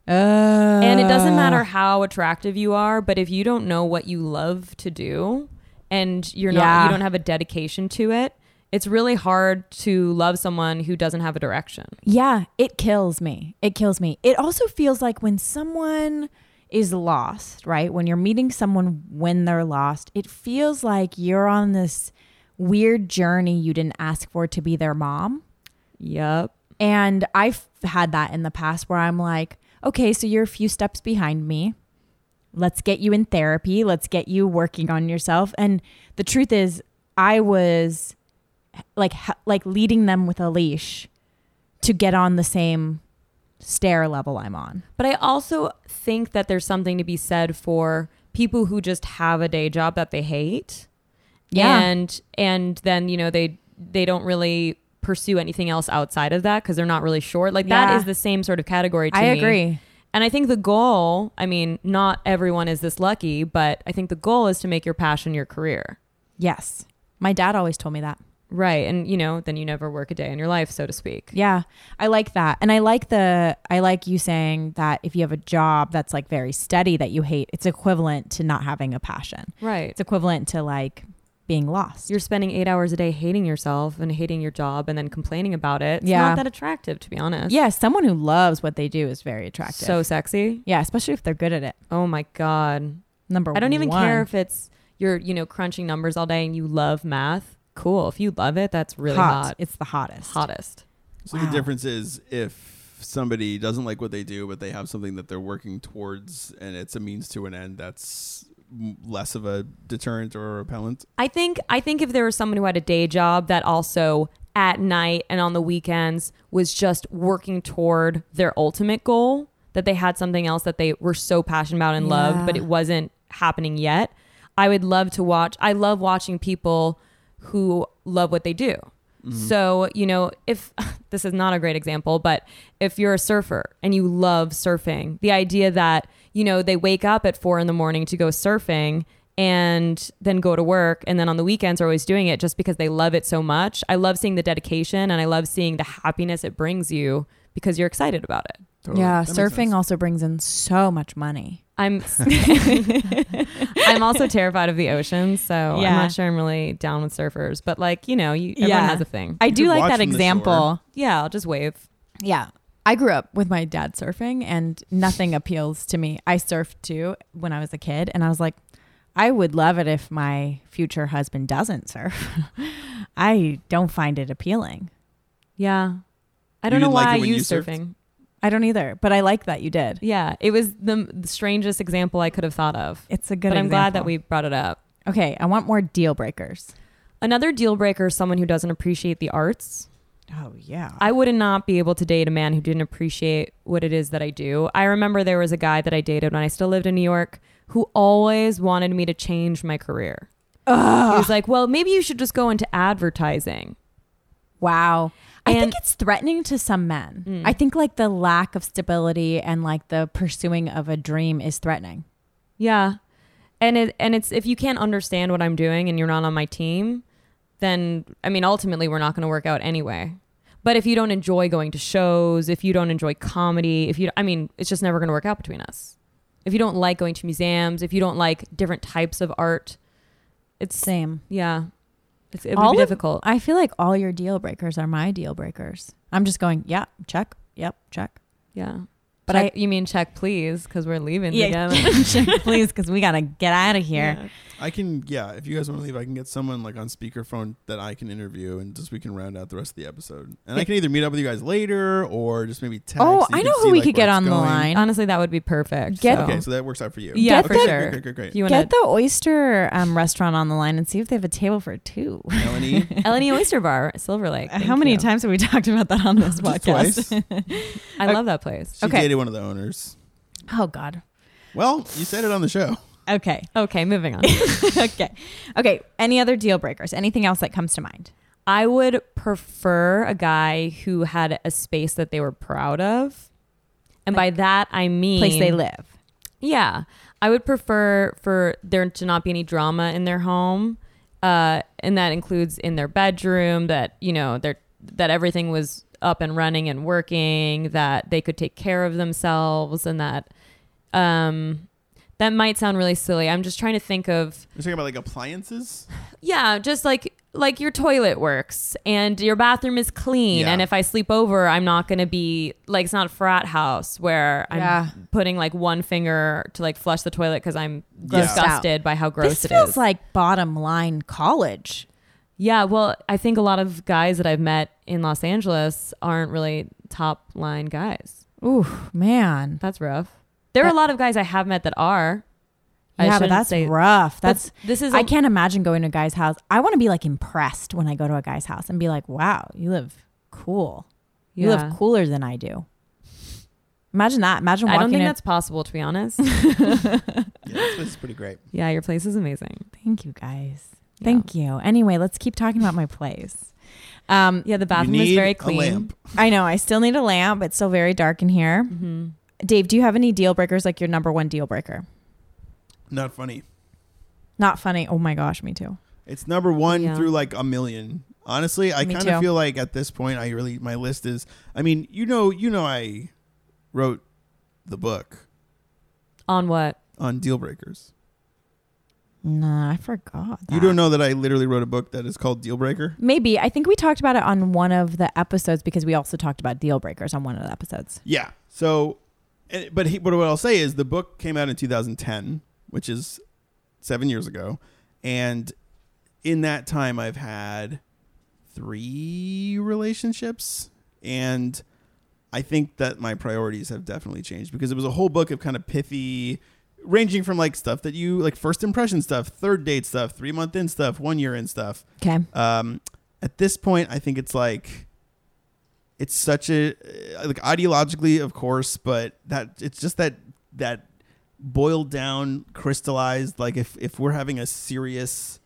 [SPEAKER 1] Uh, and
[SPEAKER 3] And it doesn't matter how attractive you are, but if you don't know what you love to do and you're not
[SPEAKER 1] Yeah.
[SPEAKER 3] you don't have a dedication to it, it's really hard to love someone who doesn't have a direction.
[SPEAKER 1] Yeah, it kills me. It kills me. It also feels like when someone is lost, right? When you're meeting someone when they're lost, it feels like you're on this weird journey you didn't ask for to be their mom.
[SPEAKER 3] Yep.
[SPEAKER 1] And I've had that in the past where I'm like, okay, so you're a few steps behind me. Let's get you in therapy. Let's get you working on yourself. And the truth is, I was like h- like leading them with a leash to get on the same stair level I'm on.
[SPEAKER 3] But I also think that there's something to be said for people who just have a day job that they hate. And and then, you know, they they don't really pursue anything else outside of that because they're not really sure. Like
[SPEAKER 1] Yeah.
[SPEAKER 3] that is the same sort of category to
[SPEAKER 1] I
[SPEAKER 3] me.
[SPEAKER 1] agree.
[SPEAKER 3] And I think the goal, I mean, not everyone is this lucky, but I think the goal is to make your passion your career.
[SPEAKER 1] Yes. My dad always told me that.
[SPEAKER 3] Right. And, you know, then you never work a day in your life, so to speak.
[SPEAKER 1] Yeah, I like that, and I like the I like you saying that if you have a job that's like very steady that you hate, it's equivalent to not having a passion.
[SPEAKER 3] Right.
[SPEAKER 1] It's equivalent to like being lost.
[SPEAKER 3] You're spending eight hours a day hating yourself and hating your job and then complaining about it. It's
[SPEAKER 1] Yeah.
[SPEAKER 3] not that attractive, to be honest.
[SPEAKER 1] yeah, someone who loves what they do is very attractive.
[SPEAKER 3] So sexy.
[SPEAKER 1] yeah, especially if they're good at it.
[SPEAKER 3] Oh my God.
[SPEAKER 1] Number one,
[SPEAKER 3] I don't even care if it's you're, you know, crunching numbers all day and you love math. Cool. If you love it, that's really
[SPEAKER 1] hot.
[SPEAKER 3] hot.
[SPEAKER 1] It's the hottest.
[SPEAKER 3] Hottest.
[SPEAKER 2] So
[SPEAKER 1] Wow.
[SPEAKER 2] the difference is if somebody doesn't like what they do, but they have something that they're working towards, and it's a means to an end. That's m- less of a deterrent or a repellent.
[SPEAKER 3] I think I think if there was someone who had a day job that also at night and on the weekends was just working toward their ultimate goal, that they had something else that they were so passionate about and
[SPEAKER 1] Yeah.
[SPEAKER 3] loved, but it wasn't happening yet. I would love to watch. I love watching people who love what they do. So, you know, if (laughs) this is not a great example, but if you're a surfer and you love surfing, the idea that, you know, they wake up at four in the morning to go surfing and then go to work and then on the weekends are always doing it just because they love it so much. I love seeing the dedication and I love seeing the happiness it brings you because you're excited about it.
[SPEAKER 2] Totally.
[SPEAKER 1] Yeah,
[SPEAKER 2] That makes
[SPEAKER 1] surfing
[SPEAKER 2] sense.
[SPEAKER 1] also brings in so much money.
[SPEAKER 3] (laughs) I'm I'm also terrified of the ocean, so
[SPEAKER 1] Yeah.
[SPEAKER 3] I'm not sure I'm really down with surfers. But like you know, you, everyone
[SPEAKER 1] Yeah.
[SPEAKER 3] has a thing.
[SPEAKER 1] I
[SPEAKER 2] You
[SPEAKER 1] do
[SPEAKER 2] could
[SPEAKER 1] like
[SPEAKER 2] watch
[SPEAKER 1] that
[SPEAKER 2] from the shore.
[SPEAKER 1] example.
[SPEAKER 3] yeah, I'll just wave.
[SPEAKER 1] Yeah. I grew up with my dad surfing and nothing appeals to me. I surfed too when I was a kid and I was like, I would love it if my future husband doesn't surf. (laughs) I don't find it appealing.
[SPEAKER 3] Yeah, I don't
[SPEAKER 2] You
[SPEAKER 3] know
[SPEAKER 2] didn't like
[SPEAKER 3] why
[SPEAKER 2] it
[SPEAKER 3] I
[SPEAKER 2] when you
[SPEAKER 3] used
[SPEAKER 2] surfed?
[SPEAKER 3] surfing.
[SPEAKER 1] I don't either, but I like that you did.
[SPEAKER 3] Yeah, it was the the strangest example I could have thought of.
[SPEAKER 1] It's a good
[SPEAKER 3] but I'm glad that
[SPEAKER 1] example.
[SPEAKER 3] we brought it up.
[SPEAKER 1] Okay, I want more deal breakers.
[SPEAKER 3] Another deal breaker is someone who doesn't appreciate the arts.
[SPEAKER 1] Oh yeah.
[SPEAKER 3] I would not be able to date a man who didn't appreciate what it is that I do. I remember there was a guy that I dated when I still lived in New York who always wanted me to change my career. He was like, "Well, maybe you should just go into advertising."
[SPEAKER 1] wow. I
[SPEAKER 3] And-
[SPEAKER 1] think it's threatening to some men.
[SPEAKER 3] Mm.
[SPEAKER 1] I think like the lack of stability and like the pursuing of a dream is threatening.
[SPEAKER 3] Yeah. And it and it's if you can't understand what I'm doing and you're not on my team, then I mean ultimately we're not going to work out anyway. But if you don't enjoy going to shows, if you don't enjoy comedy, if you I mean it's just never going to work out between us. If you don't like going to museums, if you don't like different types of art, it's
[SPEAKER 1] Same.
[SPEAKER 3] yeah. It's it
[SPEAKER 1] All
[SPEAKER 3] would be
[SPEAKER 1] of-
[SPEAKER 3] difficult.
[SPEAKER 1] I feel like all your deal breakers are my deal breakers. I'm just going, yeah, check. Yep, check.
[SPEAKER 3] yeah.
[SPEAKER 1] But
[SPEAKER 3] But
[SPEAKER 1] I-
[SPEAKER 3] you mean check please cuz we're leaving together.
[SPEAKER 1] (laughs) check, please, because we got to get out of here.
[SPEAKER 3] (laughs) Yeah.
[SPEAKER 2] I can, yeah. If you guys want to leave, I can get someone like on speakerphone that I can interview, and just we can round out the rest of the episode. And I can either meet up with you guys later, or just maybe text.
[SPEAKER 1] Oh,
[SPEAKER 2] so you
[SPEAKER 1] I
[SPEAKER 2] can
[SPEAKER 1] know who
[SPEAKER 2] see,
[SPEAKER 1] we
[SPEAKER 2] like,
[SPEAKER 1] could
[SPEAKER 2] where
[SPEAKER 1] get
[SPEAKER 2] it's
[SPEAKER 1] on the
[SPEAKER 2] going.
[SPEAKER 1] line.
[SPEAKER 3] Honestly, that would be perfect.
[SPEAKER 1] Get-
[SPEAKER 3] so.
[SPEAKER 2] Okay, so that works out for you.
[SPEAKER 3] Yeah,
[SPEAKER 1] Get
[SPEAKER 3] for
[SPEAKER 1] the-
[SPEAKER 3] sure.
[SPEAKER 2] Great, great, great,
[SPEAKER 3] If
[SPEAKER 2] great.
[SPEAKER 3] you
[SPEAKER 1] Get
[SPEAKER 3] want to
[SPEAKER 1] the oyster um, restaurant on the line and see if they have a table for two. (laughs)
[SPEAKER 3] (laughs)
[SPEAKER 2] Melanie,
[SPEAKER 3] L&E Oyster Bar, Silver Lake.
[SPEAKER 1] How
[SPEAKER 3] Thank
[SPEAKER 1] many
[SPEAKER 3] you.
[SPEAKER 1] times have we talked about that on this
[SPEAKER 2] (laughs) Just
[SPEAKER 1] podcast?
[SPEAKER 2] twice.
[SPEAKER 3] I love that place.
[SPEAKER 2] she
[SPEAKER 1] Okay.
[SPEAKER 2] dated one of the owners.
[SPEAKER 1] (laughs) Oh God.
[SPEAKER 2] Well, you said it on the
[SPEAKER 3] (laughs)
[SPEAKER 2] show.
[SPEAKER 1] (laughs) Oh, Okay.
[SPEAKER 3] Okay, moving on.
[SPEAKER 1] okay. Okay. Any other deal breakers? Anything else that comes to mind?
[SPEAKER 3] (laughs) I would prefer a guy who had a space that they were proud of. And by that, I mean
[SPEAKER 1] Place they live.
[SPEAKER 3] Yeah. I would prefer for there to not be any drama in their home. Uh, and that includes in their bedroom that, you know, their that everything was up and running and working, that they could take care of themselves and that um that might sound really silly. I'm just trying to think of
[SPEAKER 2] You're talking about like appliances.
[SPEAKER 3] Yeah, just like like your toilet works and your bathroom is clean
[SPEAKER 2] Yeah.
[SPEAKER 3] and if I sleep over, I'm not going to be like it's not a frat house where I'm
[SPEAKER 1] Yeah.
[SPEAKER 3] putting like one finger to like flush the toilet cuz I'm
[SPEAKER 2] Grossed
[SPEAKER 3] disgusted by how gross
[SPEAKER 1] this
[SPEAKER 3] it
[SPEAKER 1] feels
[SPEAKER 3] is.
[SPEAKER 1] like bottom line college.
[SPEAKER 3] yeah, well, I think a lot of guys that I've met in Los Angeles aren't really top line guys.
[SPEAKER 1] Ooh, man.
[SPEAKER 3] That's rough. There are a lot of guys I have met that are. I
[SPEAKER 1] yeah, but
[SPEAKER 3] shouldn't
[SPEAKER 1] that's
[SPEAKER 3] say-
[SPEAKER 1] rough.
[SPEAKER 3] but
[SPEAKER 1] That's
[SPEAKER 3] this is
[SPEAKER 1] I
[SPEAKER 3] a-
[SPEAKER 1] can't imagine going to a guy's house. I want to be like impressed when I go to a guy's house and be like, "Wow, you live cool. You
[SPEAKER 3] Yeah.
[SPEAKER 1] live cooler than I do." Imagine that. Imagine
[SPEAKER 3] I
[SPEAKER 1] walking
[SPEAKER 3] don't think
[SPEAKER 1] in.
[SPEAKER 3] that's possible to
[SPEAKER 1] (laughs)
[SPEAKER 3] be honest. (laughs)
[SPEAKER 2] Yeah, this place is pretty great.
[SPEAKER 3] yeah, your place is amazing.
[SPEAKER 1] Thank you guys.
[SPEAKER 3] Yeah.
[SPEAKER 1] Thank you. Anyway, let's keep talking about my place. Um,
[SPEAKER 3] Yeah, the
[SPEAKER 2] You
[SPEAKER 3] bathroom
[SPEAKER 2] need
[SPEAKER 3] is very
[SPEAKER 2] a
[SPEAKER 3] clean.
[SPEAKER 2] lamp.
[SPEAKER 1] I know I still need a lamp. It's still very dark in here.
[SPEAKER 3] Mm-hmm.
[SPEAKER 1] Dave, do you have any deal breakers like your number one deal breaker?
[SPEAKER 2] Not funny.
[SPEAKER 1] Not funny. Oh my gosh, me too.
[SPEAKER 2] It's number one
[SPEAKER 3] Yeah.
[SPEAKER 2] through like a million. Honestly, I
[SPEAKER 1] Me
[SPEAKER 2] kind
[SPEAKER 1] too.
[SPEAKER 2] of feel like at this point, I really my list is. I mean, you know, you know, I wrote the book
[SPEAKER 3] On what?
[SPEAKER 2] on deal breakers.
[SPEAKER 1] Nah, I forgot.
[SPEAKER 2] You
[SPEAKER 1] that.
[SPEAKER 3] Uh-huh.
[SPEAKER 2] don't know that I literally wrote a book that is called Deal Breaker.
[SPEAKER 1] Maybe. I think we talked about it on one of the episodes because we also talked about deal breakers on one of the episodes.
[SPEAKER 2] Yeah. So, and- but he, but what I'll say is the book came out in 2010, which is seven years ago, and in that time I've had three relationships, and I think that my priorities have definitely changed because it was a whole book of kind of pithy. Ranging from like stuff that you like first impression stuff, third date stuff, three month in stuff, one year in stuff,
[SPEAKER 1] Okay.
[SPEAKER 2] um, at this point i think it's like it's such a uh, like ideologically of course but that it's just that that boiled down crystallized like if if we're having a serious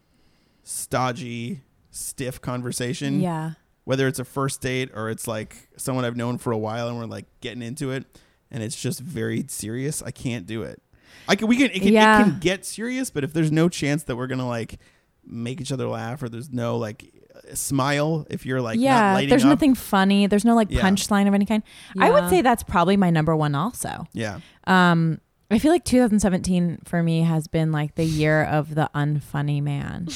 [SPEAKER 2] stodgy stiff conversation
[SPEAKER 1] Yeah.
[SPEAKER 2] whether it's a first date or it's like someone i've known for a while and we're like getting into it and it's just very serious i can't do it i can we can it can,
[SPEAKER 1] Yeah.
[SPEAKER 2] it can get serious but if there's no chance that we're gonna like make each other laugh or there's no like smile if you're like not
[SPEAKER 1] yeah.
[SPEAKER 2] lighting
[SPEAKER 1] There's
[SPEAKER 2] up
[SPEAKER 1] nothing funny. There's no like
[SPEAKER 2] Yeah.
[SPEAKER 1] punchline of any kind. I would
[SPEAKER 3] Yeah.
[SPEAKER 1] say that's probably my number one also.
[SPEAKER 2] yeah
[SPEAKER 1] Um, I feel like 2017 for me has been like the year of the unfunny man.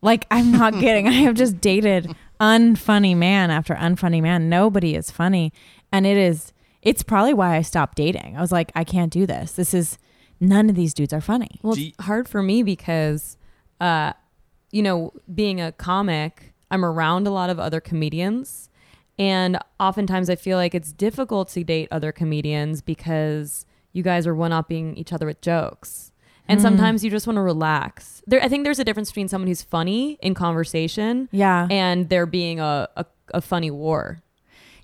[SPEAKER 1] like I'm not kidding. I have just dated unfunny man after unfunny man. Nobody is funny, and it is. It's probably why I stopped dating. I was like, I can't do this. This is none of these dudes are funny.
[SPEAKER 3] Well,
[SPEAKER 2] Do you-
[SPEAKER 3] it's hard for me because, uh, you know, being a comic, I'm around a lot of other comedians. And oftentimes I feel like it's difficult to date other comedians because you guys are one upping each other with jokes. And sometimes you just want to relax. There, I think there's a difference between someone who's funny in conversation
[SPEAKER 1] Yeah.
[SPEAKER 3] and there being a, a, a funny war.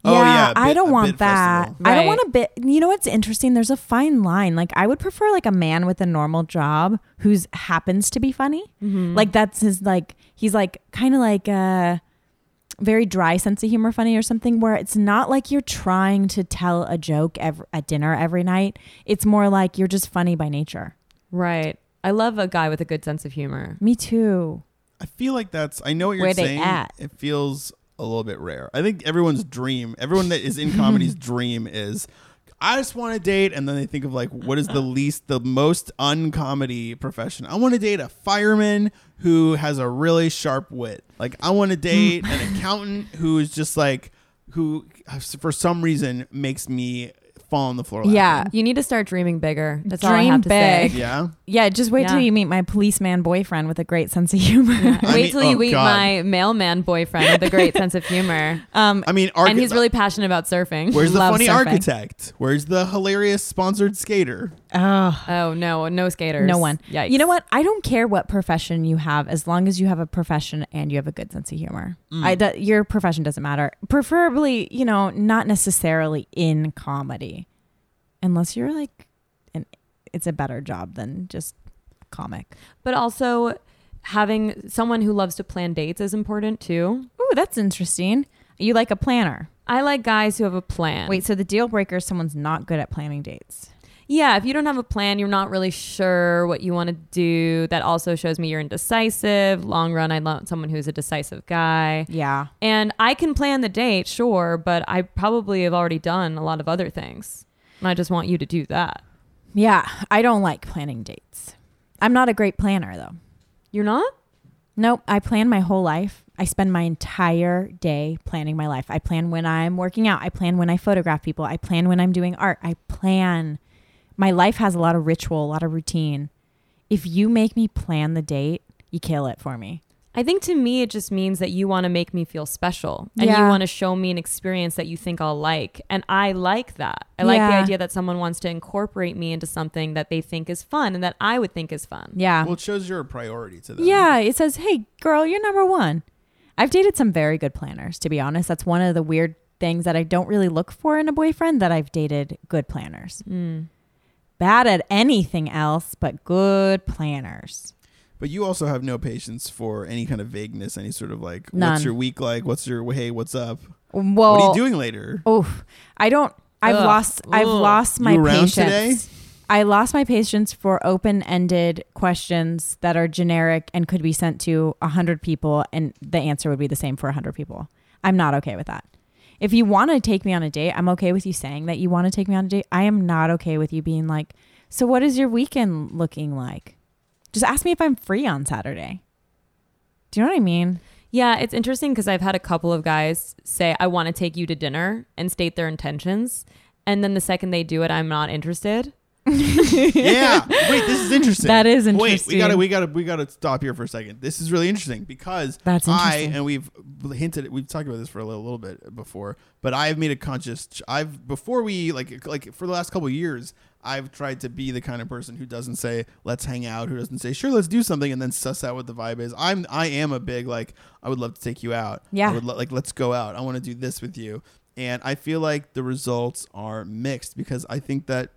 [SPEAKER 2] Oh, yeah, a
[SPEAKER 1] I
[SPEAKER 2] bit-
[SPEAKER 1] don't
[SPEAKER 2] a
[SPEAKER 1] want
[SPEAKER 2] bit
[SPEAKER 1] that.
[SPEAKER 2] festival.
[SPEAKER 1] I don't
[SPEAKER 3] Right.
[SPEAKER 1] want a bit. You know what's interesting? There's a fine line. Like I would prefer like a man with a normal job who's
[SPEAKER 3] Mm-hmm.
[SPEAKER 1] Mm. happens to be funny. Like that's his like he's like kind of like uh very dry sense of humor funny or something where it's not like you're trying to tell a joke ev- at dinner every night. It's more like you're just funny by nature.
[SPEAKER 3] Right. I love a guy with a good sense of humor.
[SPEAKER 1] Me too.
[SPEAKER 2] I feel like that's. I know what you're
[SPEAKER 1] Where they
[SPEAKER 2] saying.
[SPEAKER 1] at?
[SPEAKER 2] It feels a little bit rare. I think everyone's dream, everyone that is in
[SPEAKER 1] (laughs)
[SPEAKER 2] comedy's dream is, I just want to date, and then they think of like, what is the least, the most uncomedy profession? I want to date a fireman who has a really sharp wit. Like, I want to
[SPEAKER 1] Hmm.
[SPEAKER 2] date an accountant who is just like, who for some reason makes me fall on the floor. Laughing.
[SPEAKER 1] Yeah.
[SPEAKER 3] You need to start dreaming bigger. That's all I
[SPEAKER 1] Dream
[SPEAKER 3] have to say. (laughs)
[SPEAKER 1] big.
[SPEAKER 2] Yeah.
[SPEAKER 1] Yeah, just wait till
[SPEAKER 3] Yeah.
[SPEAKER 1] you meet my policeman boyfriend with a great sense of humor.
[SPEAKER 2] I
[SPEAKER 3] Wait
[SPEAKER 2] mean-
[SPEAKER 3] till you
[SPEAKER 2] oh,
[SPEAKER 3] meet
[SPEAKER 2] God.
[SPEAKER 3] my mailman boyfriend with a great sense of humor.
[SPEAKER 1] (laughs) Um,
[SPEAKER 2] I mean, (laughs) argu-
[SPEAKER 3] and he's really passionate about surfing.
[SPEAKER 2] Where's the
[SPEAKER 1] Love
[SPEAKER 2] funny
[SPEAKER 1] surfing.
[SPEAKER 2] architect? Where's the hilarious sponsored skater?
[SPEAKER 1] oh,
[SPEAKER 3] (laughs) oh no, no skaters.
[SPEAKER 1] no one.
[SPEAKER 3] Yikes.
[SPEAKER 1] You know what? I don't care what profession you have as long as you have a profession and you have a good sense of humor. I do- your profession doesn't matter. Preferably, you know, not necessarily in comedy. Unless you're like an it's a better job than just a comic.
[SPEAKER 3] But also having someone who loves to plan dates is important too.
[SPEAKER 1] Ooh, that's interesting. You like a planner.
[SPEAKER 3] I like guys who have a plan.
[SPEAKER 1] Wait, so the deal breaker is someone's not good at planning dates.
[SPEAKER 3] Yeah, if you don't have a plan, you're not really sure what you want to do. That also shows me you're indecisive. Long run, I love someone who's a decisive guy.
[SPEAKER 1] Yeah.
[SPEAKER 3] And I can plan the date, sure, but I probably have already done a lot of other things. And I just want you to do that.
[SPEAKER 1] Yeah, I don't like planning dates. I'm not a great planner though.
[SPEAKER 3] You're not?
[SPEAKER 1] Nope, I plan my whole life. I spend my entire day planning my life. I plan when I'm working out. I plan when I photograph people. I plan when I'm doing art. I plan. My life has a lot of ritual, a lot of routine. If you make me plan the date, you kill it for me.
[SPEAKER 3] I think to me, it just means that you want to make me feel special and you
[SPEAKER 1] Yeah.
[SPEAKER 3] want to show me an experience that you think I'll like. And I like that. I like the
[SPEAKER 1] Yeah.
[SPEAKER 3] idea that someone wants to incorporate me into something that they think is fun and that I would think is fun.
[SPEAKER 1] Yeah.
[SPEAKER 2] Well, it shows you're a priority to them.
[SPEAKER 1] Yeah, it says, "Hey, girl, you're number one." I've dated some very good planners, to be honest. That's one of the weird things that I don't really look for in a boyfriend. That I've dated good planners. Bad at anything else, but good planners.
[SPEAKER 2] But you also have no patience for any kind of vagueness, any sort of like,
[SPEAKER 1] None.
[SPEAKER 2] what's your week like? What's your hey? What's up?
[SPEAKER 1] Well,
[SPEAKER 2] what are you doing later?
[SPEAKER 1] Oh, I don't. I've
[SPEAKER 3] Ugh.
[SPEAKER 1] lost. I've
[SPEAKER 3] Ugh.
[SPEAKER 1] lost my
[SPEAKER 2] You around
[SPEAKER 1] patience.
[SPEAKER 2] today?
[SPEAKER 1] I lost my patience for open-ended questions that are generic and could be sent to a hundred people, and the answer would be the same for a hundred people. I'm not okay with that. If you want to take me on a date, I'm okay with you saying that you want to take me on a date. I am not okay with you being like, "So, what is your weekend looking like?" Just ask me if I'm free on Saturday. Do you know what I mean?
[SPEAKER 3] Yeah, it's interesting because I've had a couple of guys say, I want to take you to dinner and state their intentions. And then the second they do it, I'm not interested.
[SPEAKER 2] (laughs) yeah. (laughs) Wait, this is interesting.
[SPEAKER 1] That is
[SPEAKER 2] Wait, we
[SPEAKER 1] interesting.
[SPEAKER 2] gotta, we gotta, we gotta stop here for a second. This is really interesting because
[SPEAKER 1] That's interesting.
[SPEAKER 2] I and we've hinted, we've talked about this for a little, little bit before, but I've made a conscious. ch- I've before we like, like for the last couple of years, I've tried to be the kind of person who doesn't say let's hang out, who doesn't say sure let's do something, and then suss out what the vibe is. I'm, I am a big like, I would love to take you out.
[SPEAKER 1] Yeah.
[SPEAKER 2] I would lo- like let's go out. I want to do this with you. And I feel like the results are mixed because I think that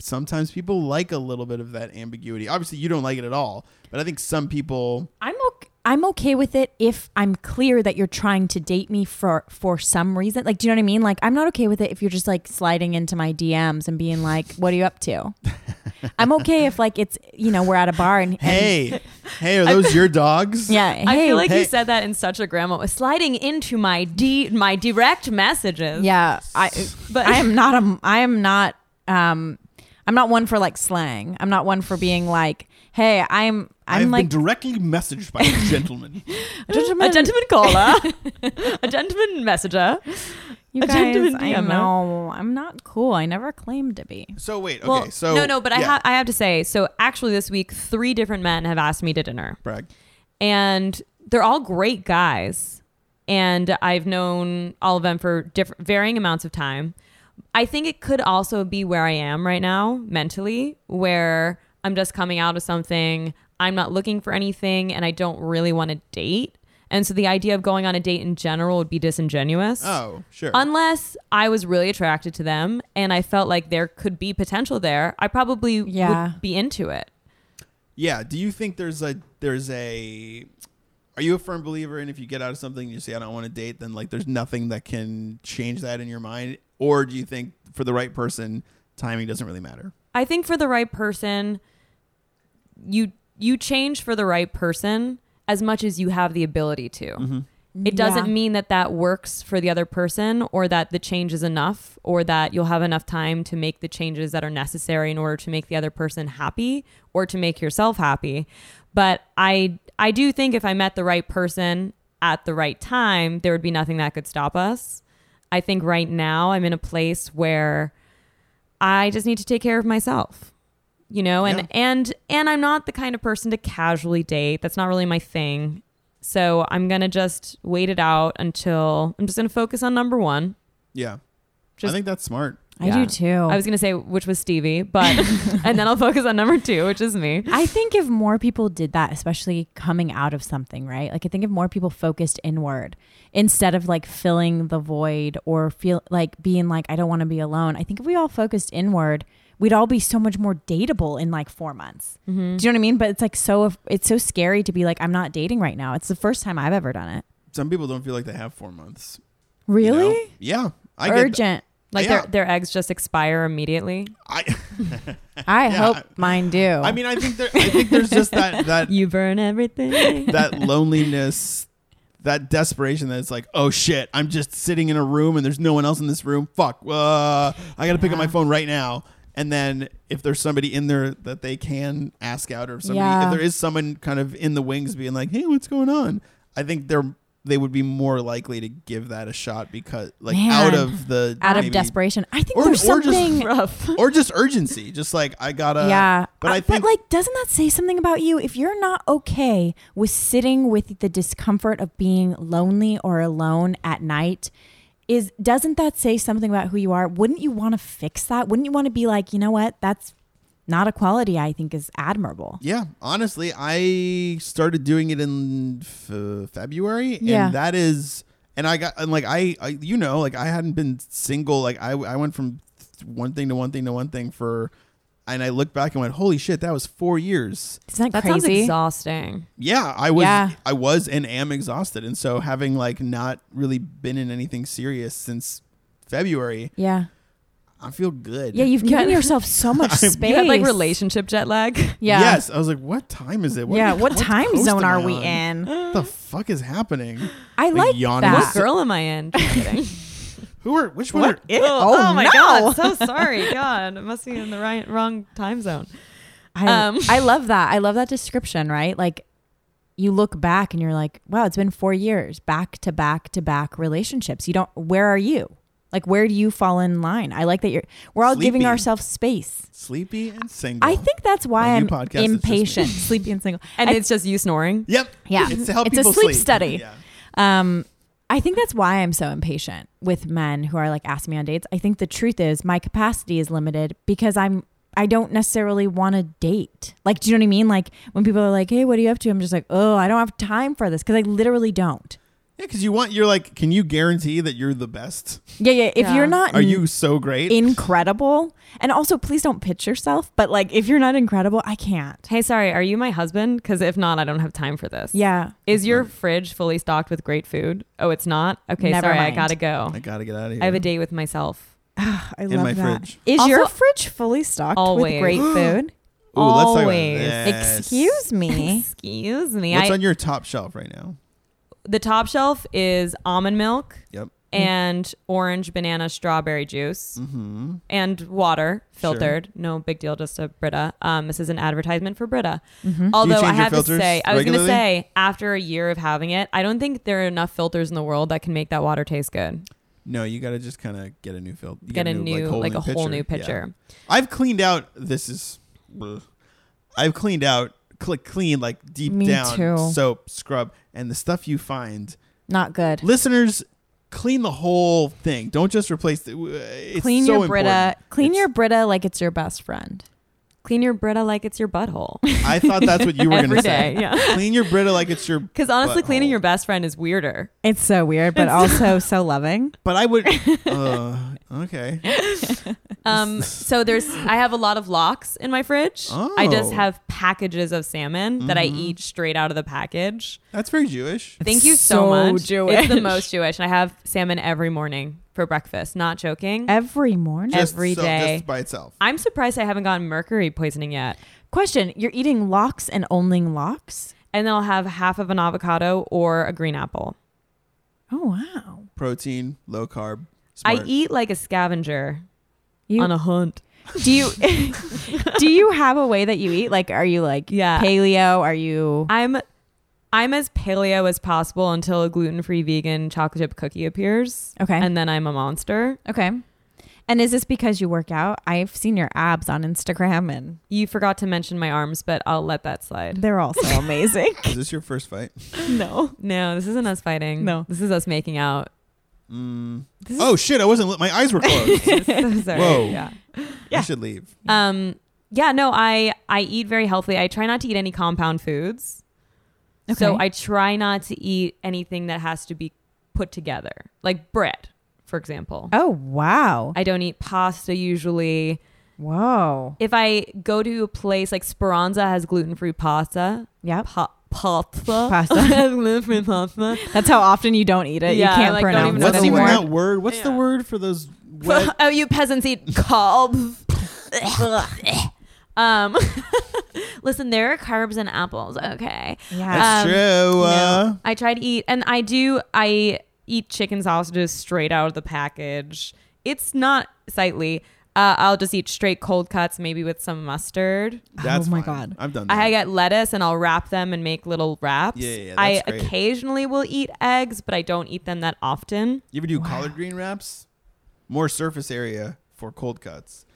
[SPEAKER 2] sometimes people like a little bit of that ambiguity. Obviously, you don't like it at all, but I think some
[SPEAKER 3] (laughs)
[SPEAKER 2] people.
[SPEAKER 1] I'm okay. I'm okay with it if I'm clear that you're trying to date me for for some reason. Like, do you know what I mean? Like, I'm not okay with it if you're just like sliding into my DMs and being like, "What are you up
[SPEAKER 2] (laughs)
[SPEAKER 1] to?" I'm okay if like it's you know we're at a bar and, and-
[SPEAKER 3] (laughs)
[SPEAKER 2] Hey, hey, are those your dogs?
[SPEAKER 1] yeah, hey,
[SPEAKER 3] I feel like
[SPEAKER 2] Hey.
[SPEAKER 3] you said that in such a grandma sliding into my D my direct messages.
[SPEAKER 1] yeah. I
[SPEAKER 3] But-
[SPEAKER 1] but I am not a I am not um I'm not one for like slang. I'm not one for being like, "Hey, I'm I'm
[SPEAKER 2] I've
[SPEAKER 1] like
[SPEAKER 2] been directly messaged by
[SPEAKER 3] (laughs)
[SPEAKER 2] a gentleman.
[SPEAKER 1] gentlemen,
[SPEAKER 3] A gentleman caller, (laughs) a gentleman messenger.
[SPEAKER 1] you
[SPEAKER 3] a
[SPEAKER 1] guys,
[SPEAKER 3] gentleman
[SPEAKER 1] I
[SPEAKER 3] DMer.
[SPEAKER 1] know I'm not cool. I never claimed to be.
[SPEAKER 2] so wait, okay,
[SPEAKER 3] Well,
[SPEAKER 2] so
[SPEAKER 3] no, no, but I
[SPEAKER 2] yeah,
[SPEAKER 3] have I have to say. So actually, this week, three different men have asked me to dinner,
[SPEAKER 2] brag.
[SPEAKER 3] and they're all great guys, and I've known all of them for different varying amounts of time. I think it could also be where I am right now mentally, where I'm just coming out of something. I'm not looking for anything, and I don't really want to date. And so the idea of going on a date in general would be disingenuous.
[SPEAKER 2] Oh, sure.
[SPEAKER 3] Unless I was really attracted to them and I felt like there could be potential there, I probably
[SPEAKER 1] Yeah.
[SPEAKER 3] would be into it.
[SPEAKER 2] yeah. Do you think there's a there's a are you a firm believer in if you get out of something and you say I don't want to date, then like there's nothing that can change that in your mind, or do you think for the right person, timing doesn't really matter?
[SPEAKER 3] I think for the right person, you you change for the right person as much as you have the ability to. It doesn't
[SPEAKER 1] Yeah.
[SPEAKER 3] mean that that works for the other person or that the change is enough or that you'll have enough time to make the changes that are necessary in order to make the other person happy or to make yourself happy. But I I do think if I met the right person at the right time, there would be nothing that could stop us. I think right now I'm in a place where I just need to take care of myself. You know, and
[SPEAKER 2] Yeah.
[SPEAKER 3] and and I'm not the kind of person to casually date. That's not really my thing. So I'm going to just wait it out until I'm just going to focus on number 1.
[SPEAKER 2] Yeah, I
[SPEAKER 3] Just-
[SPEAKER 2] think that's smart.
[SPEAKER 1] I
[SPEAKER 3] Yeah.
[SPEAKER 1] do too.
[SPEAKER 3] I was going to say which was Stevie, but (laughs) and then I'll focus on number 2, which is me.
[SPEAKER 1] I think if more people did that, especially coming out of something, right? Like I think if more people focused inward instead of like filling the void or feel like being like I don't want to be alone. I think if we all focused inward, we'd all be so much more dateable in like 4 months. Do you know what I mean? But it's like so it's so scary to be like I'm not dating right now. It's the first time I've ever done it.
[SPEAKER 2] Some people don't feel like they have four months. you know?
[SPEAKER 1] Really?
[SPEAKER 2] Yeah, I get. th-
[SPEAKER 1] Urgent.
[SPEAKER 3] Like
[SPEAKER 2] Yeah.
[SPEAKER 3] their their eggs just expire immediately.
[SPEAKER 2] I,
[SPEAKER 1] I
[SPEAKER 2] (laughs) Yeah,
[SPEAKER 1] hope mine do.
[SPEAKER 2] I mean, I think there. I think there's just that that
[SPEAKER 3] You burn everything.
[SPEAKER 2] that loneliness, that desperation that it's like, oh shit, I'm just sitting in a room and there's no one else in this room. Fuck. Uh, I got to pick up my phone right now. And then if there's somebody in there that they can ask out or if somebody
[SPEAKER 1] Yeah.
[SPEAKER 2] if there is someone kind of in the wings being like, "Hey, what's going on?" I think they're they would be more likely to give that a shot because like
[SPEAKER 1] Man.
[SPEAKER 2] out of the
[SPEAKER 1] out of
[SPEAKER 2] maybe-
[SPEAKER 1] desperation. I think
[SPEAKER 2] Or-
[SPEAKER 1] there's
[SPEAKER 2] or just- (laughs)
[SPEAKER 1] something
[SPEAKER 3] Rough.
[SPEAKER 2] or just urgency, just like I got to
[SPEAKER 1] yeah.
[SPEAKER 2] But I,
[SPEAKER 1] Uh,
[SPEAKER 2] think
[SPEAKER 1] but like, doesn't that say something about you? If you're not okay with sitting with the discomfort of being lonely or alone at night, is doesn't that say something about who you are? Wouldn't you want to fix that? Wouldn't you want to be like, you know what? That's not a quality I think is admirable.
[SPEAKER 2] Yeah, honestly, I started doing it in f- February,
[SPEAKER 1] Yeah.
[SPEAKER 2] and that is, and I got, and like I, I, you know, like I hadn't been single. Like I, I went from th- one thing to one thing to one thing for, and I looked back and went, holy shit, that was four years.
[SPEAKER 1] Isn't that,
[SPEAKER 3] (laughs) That sounds
[SPEAKER 1] crazy?
[SPEAKER 3] exhausting.
[SPEAKER 2] Yeah, I was,
[SPEAKER 1] Yeah.
[SPEAKER 2] I was, and am exhausted, and so having like not really been in anything serious since February,
[SPEAKER 1] yeah.
[SPEAKER 2] I feel good.
[SPEAKER 1] Yeah, you've
[SPEAKER 3] You
[SPEAKER 2] (laughs)
[SPEAKER 1] given
[SPEAKER 3] had-
[SPEAKER 1] yourself so much space.
[SPEAKER 3] You had like relationship jet lag.
[SPEAKER 1] Yeah.
[SPEAKER 2] Yes, I was like, what time is it?
[SPEAKER 1] yeah.
[SPEAKER 2] (laughs)
[SPEAKER 1] What time
[SPEAKER 2] coast
[SPEAKER 1] zone
[SPEAKER 2] am
[SPEAKER 1] are
[SPEAKER 2] I
[SPEAKER 1] we
[SPEAKER 2] on?
[SPEAKER 1] in?
[SPEAKER 2] What the fuck is happening?
[SPEAKER 1] I
[SPEAKER 2] Like
[SPEAKER 1] like
[SPEAKER 2] yawning.
[SPEAKER 1] that.
[SPEAKER 2] Yeah.
[SPEAKER 3] What girl am I in? Just kidding.
[SPEAKER 2] Who are? Which one? Are,
[SPEAKER 3] Ew.
[SPEAKER 1] Oh,
[SPEAKER 3] my
[SPEAKER 1] no.
[SPEAKER 3] god! So sorry, God. I must be in the right wrong time zone.
[SPEAKER 1] I,
[SPEAKER 3] Um.
[SPEAKER 1] I love that. I love that description, right? Like you look back and you're like, wow, it's been four years back to back to back relationships. You don't, where are you? Like, where do you fall in line? I like that you're, we're all giving
[SPEAKER 2] Sleepy.
[SPEAKER 1] ourselves space.
[SPEAKER 2] Sleepy and single.
[SPEAKER 1] I think that's why
[SPEAKER 2] On
[SPEAKER 1] I'm
[SPEAKER 2] your podcast, it's just me.
[SPEAKER 1] impatient, (laughs) sleepy and single.
[SPEAKER 3] And
[SPEAKER 1] I-
[SPEAKER 3] it's just you snoring.
[SPEAKER 2] Yep.
[SPEAKER 1] Yeah.
[SPEAKER 2] It's to help
[SPEAKER 1] It's a
[SPEAKER 2] people
[SPEAKER 1] sleep
[SPEAKER 2] sleep
[SPEAKER 1] study.
[SPEAKER 2] Yeah.
[SPEAKER 1] Um, I think that's why I'm so impatient with men who are like ask me on dates. I think the truth is my capacity is limited because I'm I don't necessarily want to date. Like, do you know what I mean? Like when people are like, "Hey, what are you up to?" I'm just like, "Oh, I don't have time for this" because I literally don't.
[SPEAKER 2] Yeah, because you want you're like, can you guarantee that you're the best?
[SPEAKER 1] Yeah, yeah. If
[SPEAKER 3] Yeah.
[SPEAKER 1] you're not
[SPEAKER 2] Are you so great?
[SPEAKER 1] incredible, and also please don't pitch yourself. But like, if you're not incredible, I can't.
[SPEAKER 3] Hey, sorry. Are you my husband? Because if not, I don't have time for this.
[SPEAKER 1] Yeah, (sighs)
[SPEAKER 3] Is your fridge fully stocked with great food? Oh, it's not. Okay,
[SPEAKER 1] Never
[SPEAKER 3] sorry.
[SPEAKER 1] mind.
[SPEAKER 3] I gotta go.
[SPEAKER 2] Oh I gotta get out of here.
[SPEAKER 3] I have a date with myself.
[SPEAKER 1] I
[SPEAKER 2] In
[SPEAKER 1] love
[SPEAKER 2] my
[SPEAKER 1] that.
[SPEAKER 2] fridge.
[SPEAKER 1] Is
[SPEAKER 3] Also-
[SPEAKER 1] your fridge fully stocked with
[SPEAKER 3] Always.
[SPEAKER 1] great
[SPEAKER 2] (gasps)
[SPEAKER 1] food?
[SPEAKER 2] Ooh, let's talk about
[SPEAKER 3] Always.
[SPEAKER 2] this.
[SPEAKER 1] Excuse me.
[SPEAKER 3] Excuse me.
[SPEAKER 2] What's
[SPEAKER 3] I,
[SPEAKER 2] on your top shelf right now?
[SPEAKER 3] the top shelf is almond milk
[SPEAKER 2] Yep.
[SPEAKER 3] and orange, banana, strawberry juice.
[SPEAKER 2] Mm-hmm.
[SPEAKER 3] and water
[SPEAKER 2] Sure.
[SPEAKER 3] filtered. No big deal, just a Brita. Um, this is an advertisement for Brita.
[SPEAKER 1] Mhm.
[SPEAKER 3] Although
[SPEAKER 2] change
[SPEAKER 3] I
[SPEAKER 2] your
[SPEAKER 3] have to
[SPEAKER 2] filters
[SPEAKER 3] say, I was going to
[SPEAKER 2] regularly?
[SPEAKER 3] say, after a year of having it, I don't think there are enough filters in the world that can make that water taste good.
[SPEAKER 2] No, you gotta just kind of get a new filter.
[SPEAKER 3] Get a new, like, a whole new picture.
[SPEAKER 2] I've cleaned out. This is. bleh. I've cleaned out. Click clean like deep
[SPEAKER 1] Me
[SPEAKER 2] down
[SPEAKER 1] too.
[SPEAKER 2] soap scrub and the stuff you find.
[SPEAKER 1] Not good.
[SPEAKER 2] Listeners, clean the whole thing. Don't just replace the. uh, It's
[SPEAKER 1] clean
[SPEAKER 2] so
[SPEAKER 1] your Brita.
[SPEAKER 2] important.
[SPEAKER 1] Clean
[SPEAKER 2] It's-
[SPEAKER 1] your Brita like it's your best friend.
[SPEAKER 3] Clean your Brita like it's your butthole.
[SPEAKER 2] I thought that's what you
[SPEAKER 3] (laughs)
[SPEAKER 2] were going
[SPEAKER 3] Every
[SPEAKER 2] to say.
[SPEAKER 3] day, yeah.
[SPEAKER 2] Clean your Brita like it's your.
[SPEAKER 3] Because honestly, cleaning
[SPEAKER 2] Butthole.
[SPEAKER 3] your best friend is weirder.
[SPEAKER 1] It's so weird, but (laughs) also so loving.
[SPEAKER 2] But I
[SPEAKER 3] (laughs)
[SPEAKER 2] would. Uh, okay.
[SPEAKER 3] Um, so there's I have a lot of locks in my fridge. I just
[SPEAKER 2] Oh.
[SPEAKER 3] have packages of salmon that I eat straight out of the package.
[SPEAKER 2] That's very Jewish.
[SPEAKER 3] Thank you so,
[SPEAKER 1] so
[SPEAKER 3] much.
[SPEAKER 1] Jewish.
[SPEAKER 3] It's the most Jewish. And I have salmon every morning for breakfast. Not joking.
[SPEAKER 1] Every morning.
[SPEAKER 2] Just
[SPEAKER 3] Every
[SPEAKER 2] so-
[SPEAKER 3] day.
[SPEAKER 2] Just by itself.
[SPEAKER 3] I'm surprised I haven't gotten mercury poisoning yet.
[SPEAKER 1] Question You're eating locks and only locks?
[SPEAKER 3] And then I'll have half of an avocado or a green apple.
[SPEAKER 1] Oh, wow.
[SPEAKER 2] Protein, low carb.
[SPEAKER 3] I
[SPEAKER 2] smart.
[SPEAKER 3] eat like a scavenger
[SPEAKER 1] You,
[SPEAKER 3] on a hunt.
[SPEAKER 1] do (laughs) you do you have a way that you eat? Like, are you like
[SPEAKER 3] Yeah.
[SPEAKER 1] paleo? Are you
[SPEAKER 3] I'm I'm as paleo as possible until a gluten-free vegan chocolate chip cookie appears.
[SPEAKER 1] okay?
[SPEAKER 3] And then I'm a monster.
[SPEAKER 1] okay. And is this because you work out? I've seen your abs on Instagram, and
[SPEAKER 3] You forgot to mention my arms, but I'll let that slide.
[SPEAKER 1] they're (laughs) also amazing.
[SPEAKER 2] Is this your first fight?
[SPEAKER 1] (laughs) no,
[SPEAKER 3] No, this isn't us fighting.
[SPEAKER 1] No.
[SPEAKER 3] This is us making out.
[SPEAKER 2] Mm.
[SPEAKER 3] This is-
[SPEAKER 2] Oh shit! I wasn't. Li- my eyes were
[SPEAKER 3] (laughs)
[SPEAKER 2] closed.
[SPEAKER 3] So sorry.
[SPEAKER 2] Whoa.
[SPEAKER 3] Yeah.
[SPEAKER 1] Yeah.
[SPEAKER 2] I should leave.
[SPEAKER 3] Um yeah, no, I I eat very healthily. I try not to eat any compound foods. So
[SPEAKER 1] Okay.
[SPEAKER 3] I try not to eat anything that has to be put together. Like bread, for example.
[SPEAKER 1] Oh wow!
[SPEAKER 3] I don't eat pasta usually.
[SPEAKER 1] Whoa.
[SPEAKER 3] If I go to a place like Speranza has gluten-free pasta,
[SPEAKER 1] Yep.
[SPEAKER 3] pa- pasta,
[SPEAKER 1] Pasta.
[SPEAKER 3] has (laughs) gluten-free pasta.
[SPEAKER 1] (laughs) That's how often you don't eat it.
[SPEAKER 3] Yeah,
[SPEAKER 1] you can't
[SPEAKER 3] like, don't
[SPEAKER 1] pronounce
[SPEAKER 3] even
[SPEAKER 1] it
[SPEAKER 3] know
[SPEAKER 2] What's even
[SPEAKER 1] anymore.
[SPEAKER 2] that word? What's the
[SPEAKER 3] Yeah.
[SPEAKER 2] word for those? Wet-
[SPEAKER 3] (laughs) oh, you peasants eat
[SPEAKER 1] (laughs)
[SPEAKER 3] carbs. (laughs) um, (laughs) listen, there are carbs in apples. Okay,
[SPEAKER 1] Yeah.
[SPEAKER 2] That's
[SPEAKER 3] Um,
[SPEAKER 2] true. Uh,
[SPEAKER 3] No, I try to eat, and I do. I eat chicken sausages straight out of the package. It's not sightly. Uh, I'll just eat straight cold cuts, maybe with some mustard.
[SPEAKER 2] That's
[SPEAKER 1] Oh my
[SPEAKER 2] fine.
[SPEAKER 1] God.
[SPEAKER 2] I've done that.
[SPEAKER 3] I get lettuce and I'll wrap them and make little wraps.
[SPEAKER 2] Mm. Yeah, yeah,
[SPEAKER 3] I
[SPEAKER 2] that's great.
[SPEAKER 3] occasionally will eat eggs, but I don't eat them that often.
[SPEAKER 2] you ever do collard green wraps? More surface area for cold cuts.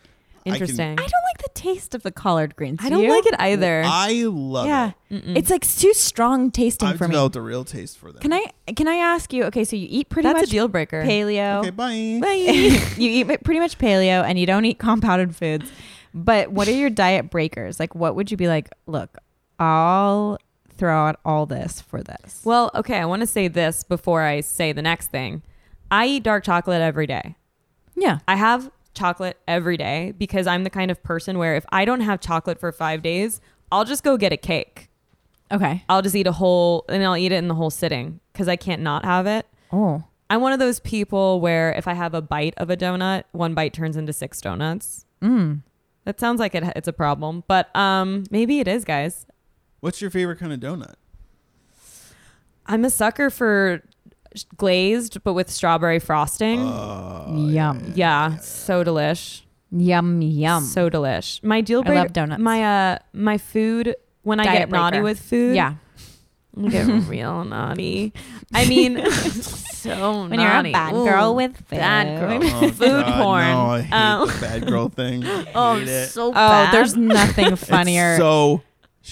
[SPEAKER 2] I can-
[SPEAKER 3] Interesting.
[SPEAKER 1] I don't like the taste of the collard greens.
[SPEAKER 3] I don't
[SPEAKER 1] you?
[SPEAKER 3] like it either.
[SPEAKER 2] I love
[SPEAKER 1] Yeah,
[SPEAKER 2] it.
[SPEAKER 1] it's like too strong tasting
[SPEAKER 2] I've
[SPEAKER 1] for me.
[SPEAKER 2] developed a real taste for them.
[SPEAKER 1] Can I can I ask you? Okay, so you eat pretty
[SPEAKER 3] That's a
[SPEAKER 1] much
[SPEAKER 3] deal breaker.
[SPEAKER 1] paleo.
[SPEAKER 2] Okay, bye. (laughs)
[SPEAKER 1] you eat pretty much paleo, and you don't eat compounded foods. But what are your diet breakers? Like, what would you be like? Look, I'll throw out all this for this.
[SPEAKER 3] Well, okay, I want to say this before I say the next thing. I eat dark chocolate every day.
[SPEAKER 1] yeah,
[SPEAKER 3] I have chocolate every day because I'm the kind of person where if I don't have chocolate for five days, I'll just go get a cake.
[SPEAKER 1] okay.
[SPEAKER 3] I'll just eat a whole, and I'll eat it in the whole sitting because I can't not have it.
[SPEAKER 1] Oh,
[SPEAKER 3] I'm one of those people where if I have a bite of a donut, one bite turns into six donuts.
[SPEAKER 1] mm.
[SPEAKER 3] That sounds like it, it's a problem, but um, maybe it is, guys.
[SPEAKER 2] What's your favorite kind of donut?
[SPEAKER 3] I'm a sucker for glazed, but with strawberry frosting.
[SPEAKER 2] Oh,
[SPEAKER 1] Yum.
[SPEAKER 2] yeah.
[SPEAKER 3] yeah, so delish.
[SPEAKER 1] yum yum.
[SPEAKER 3] So delish. My deal
[SPEAKER 1] I
[SPEAKER 3] breaker.
[SPEAKER 1] love donuts.
[SPEAKER 3] My uh, my food. When I
[SPEAKER 1] Diet
[SPEAKER 3] get naughty
[SPEAKER 1] breaker.
[SPEAKER 3] with food,
[SPEAKER 1] yeah,
[SPEAKER 3] I (laughs) get real naughty. I mean, (laughs) so
[SPEAKER 1] when you're
[SPEAKER 3] naughty.
[SPEAKER 1] a bad
[SPEAKER 3] Ooh,
[SPEAKER 1] girl with food.
[SPEAKER 3] bad girl.
[SPEAKER 2] (laughs) Oh,
[SPEAKER 3] Food
[SPEAKER 2] God,
[SPEAKER 3] porn.
[SPEAKER 2] No, I hate
[SPEAKER 3] Oh.
[SPEAKER 2] the bad
[SPEAKER 3] (laughs)
[SPEAKER 2] girl thing.
[SPEAKER 3] Oh,
[SPEAKER 2] Hate it.
[SPEAKER 3] so
[SPEAKER 1] Oh,
[SPEAKER 2] (laughs)
[SPEAKER 3] bad.
[SPEAKER 1] there's nothing
[SPEAKER 2] It's
[SPEAKER 1] funnier.
[SPEAKER 2] so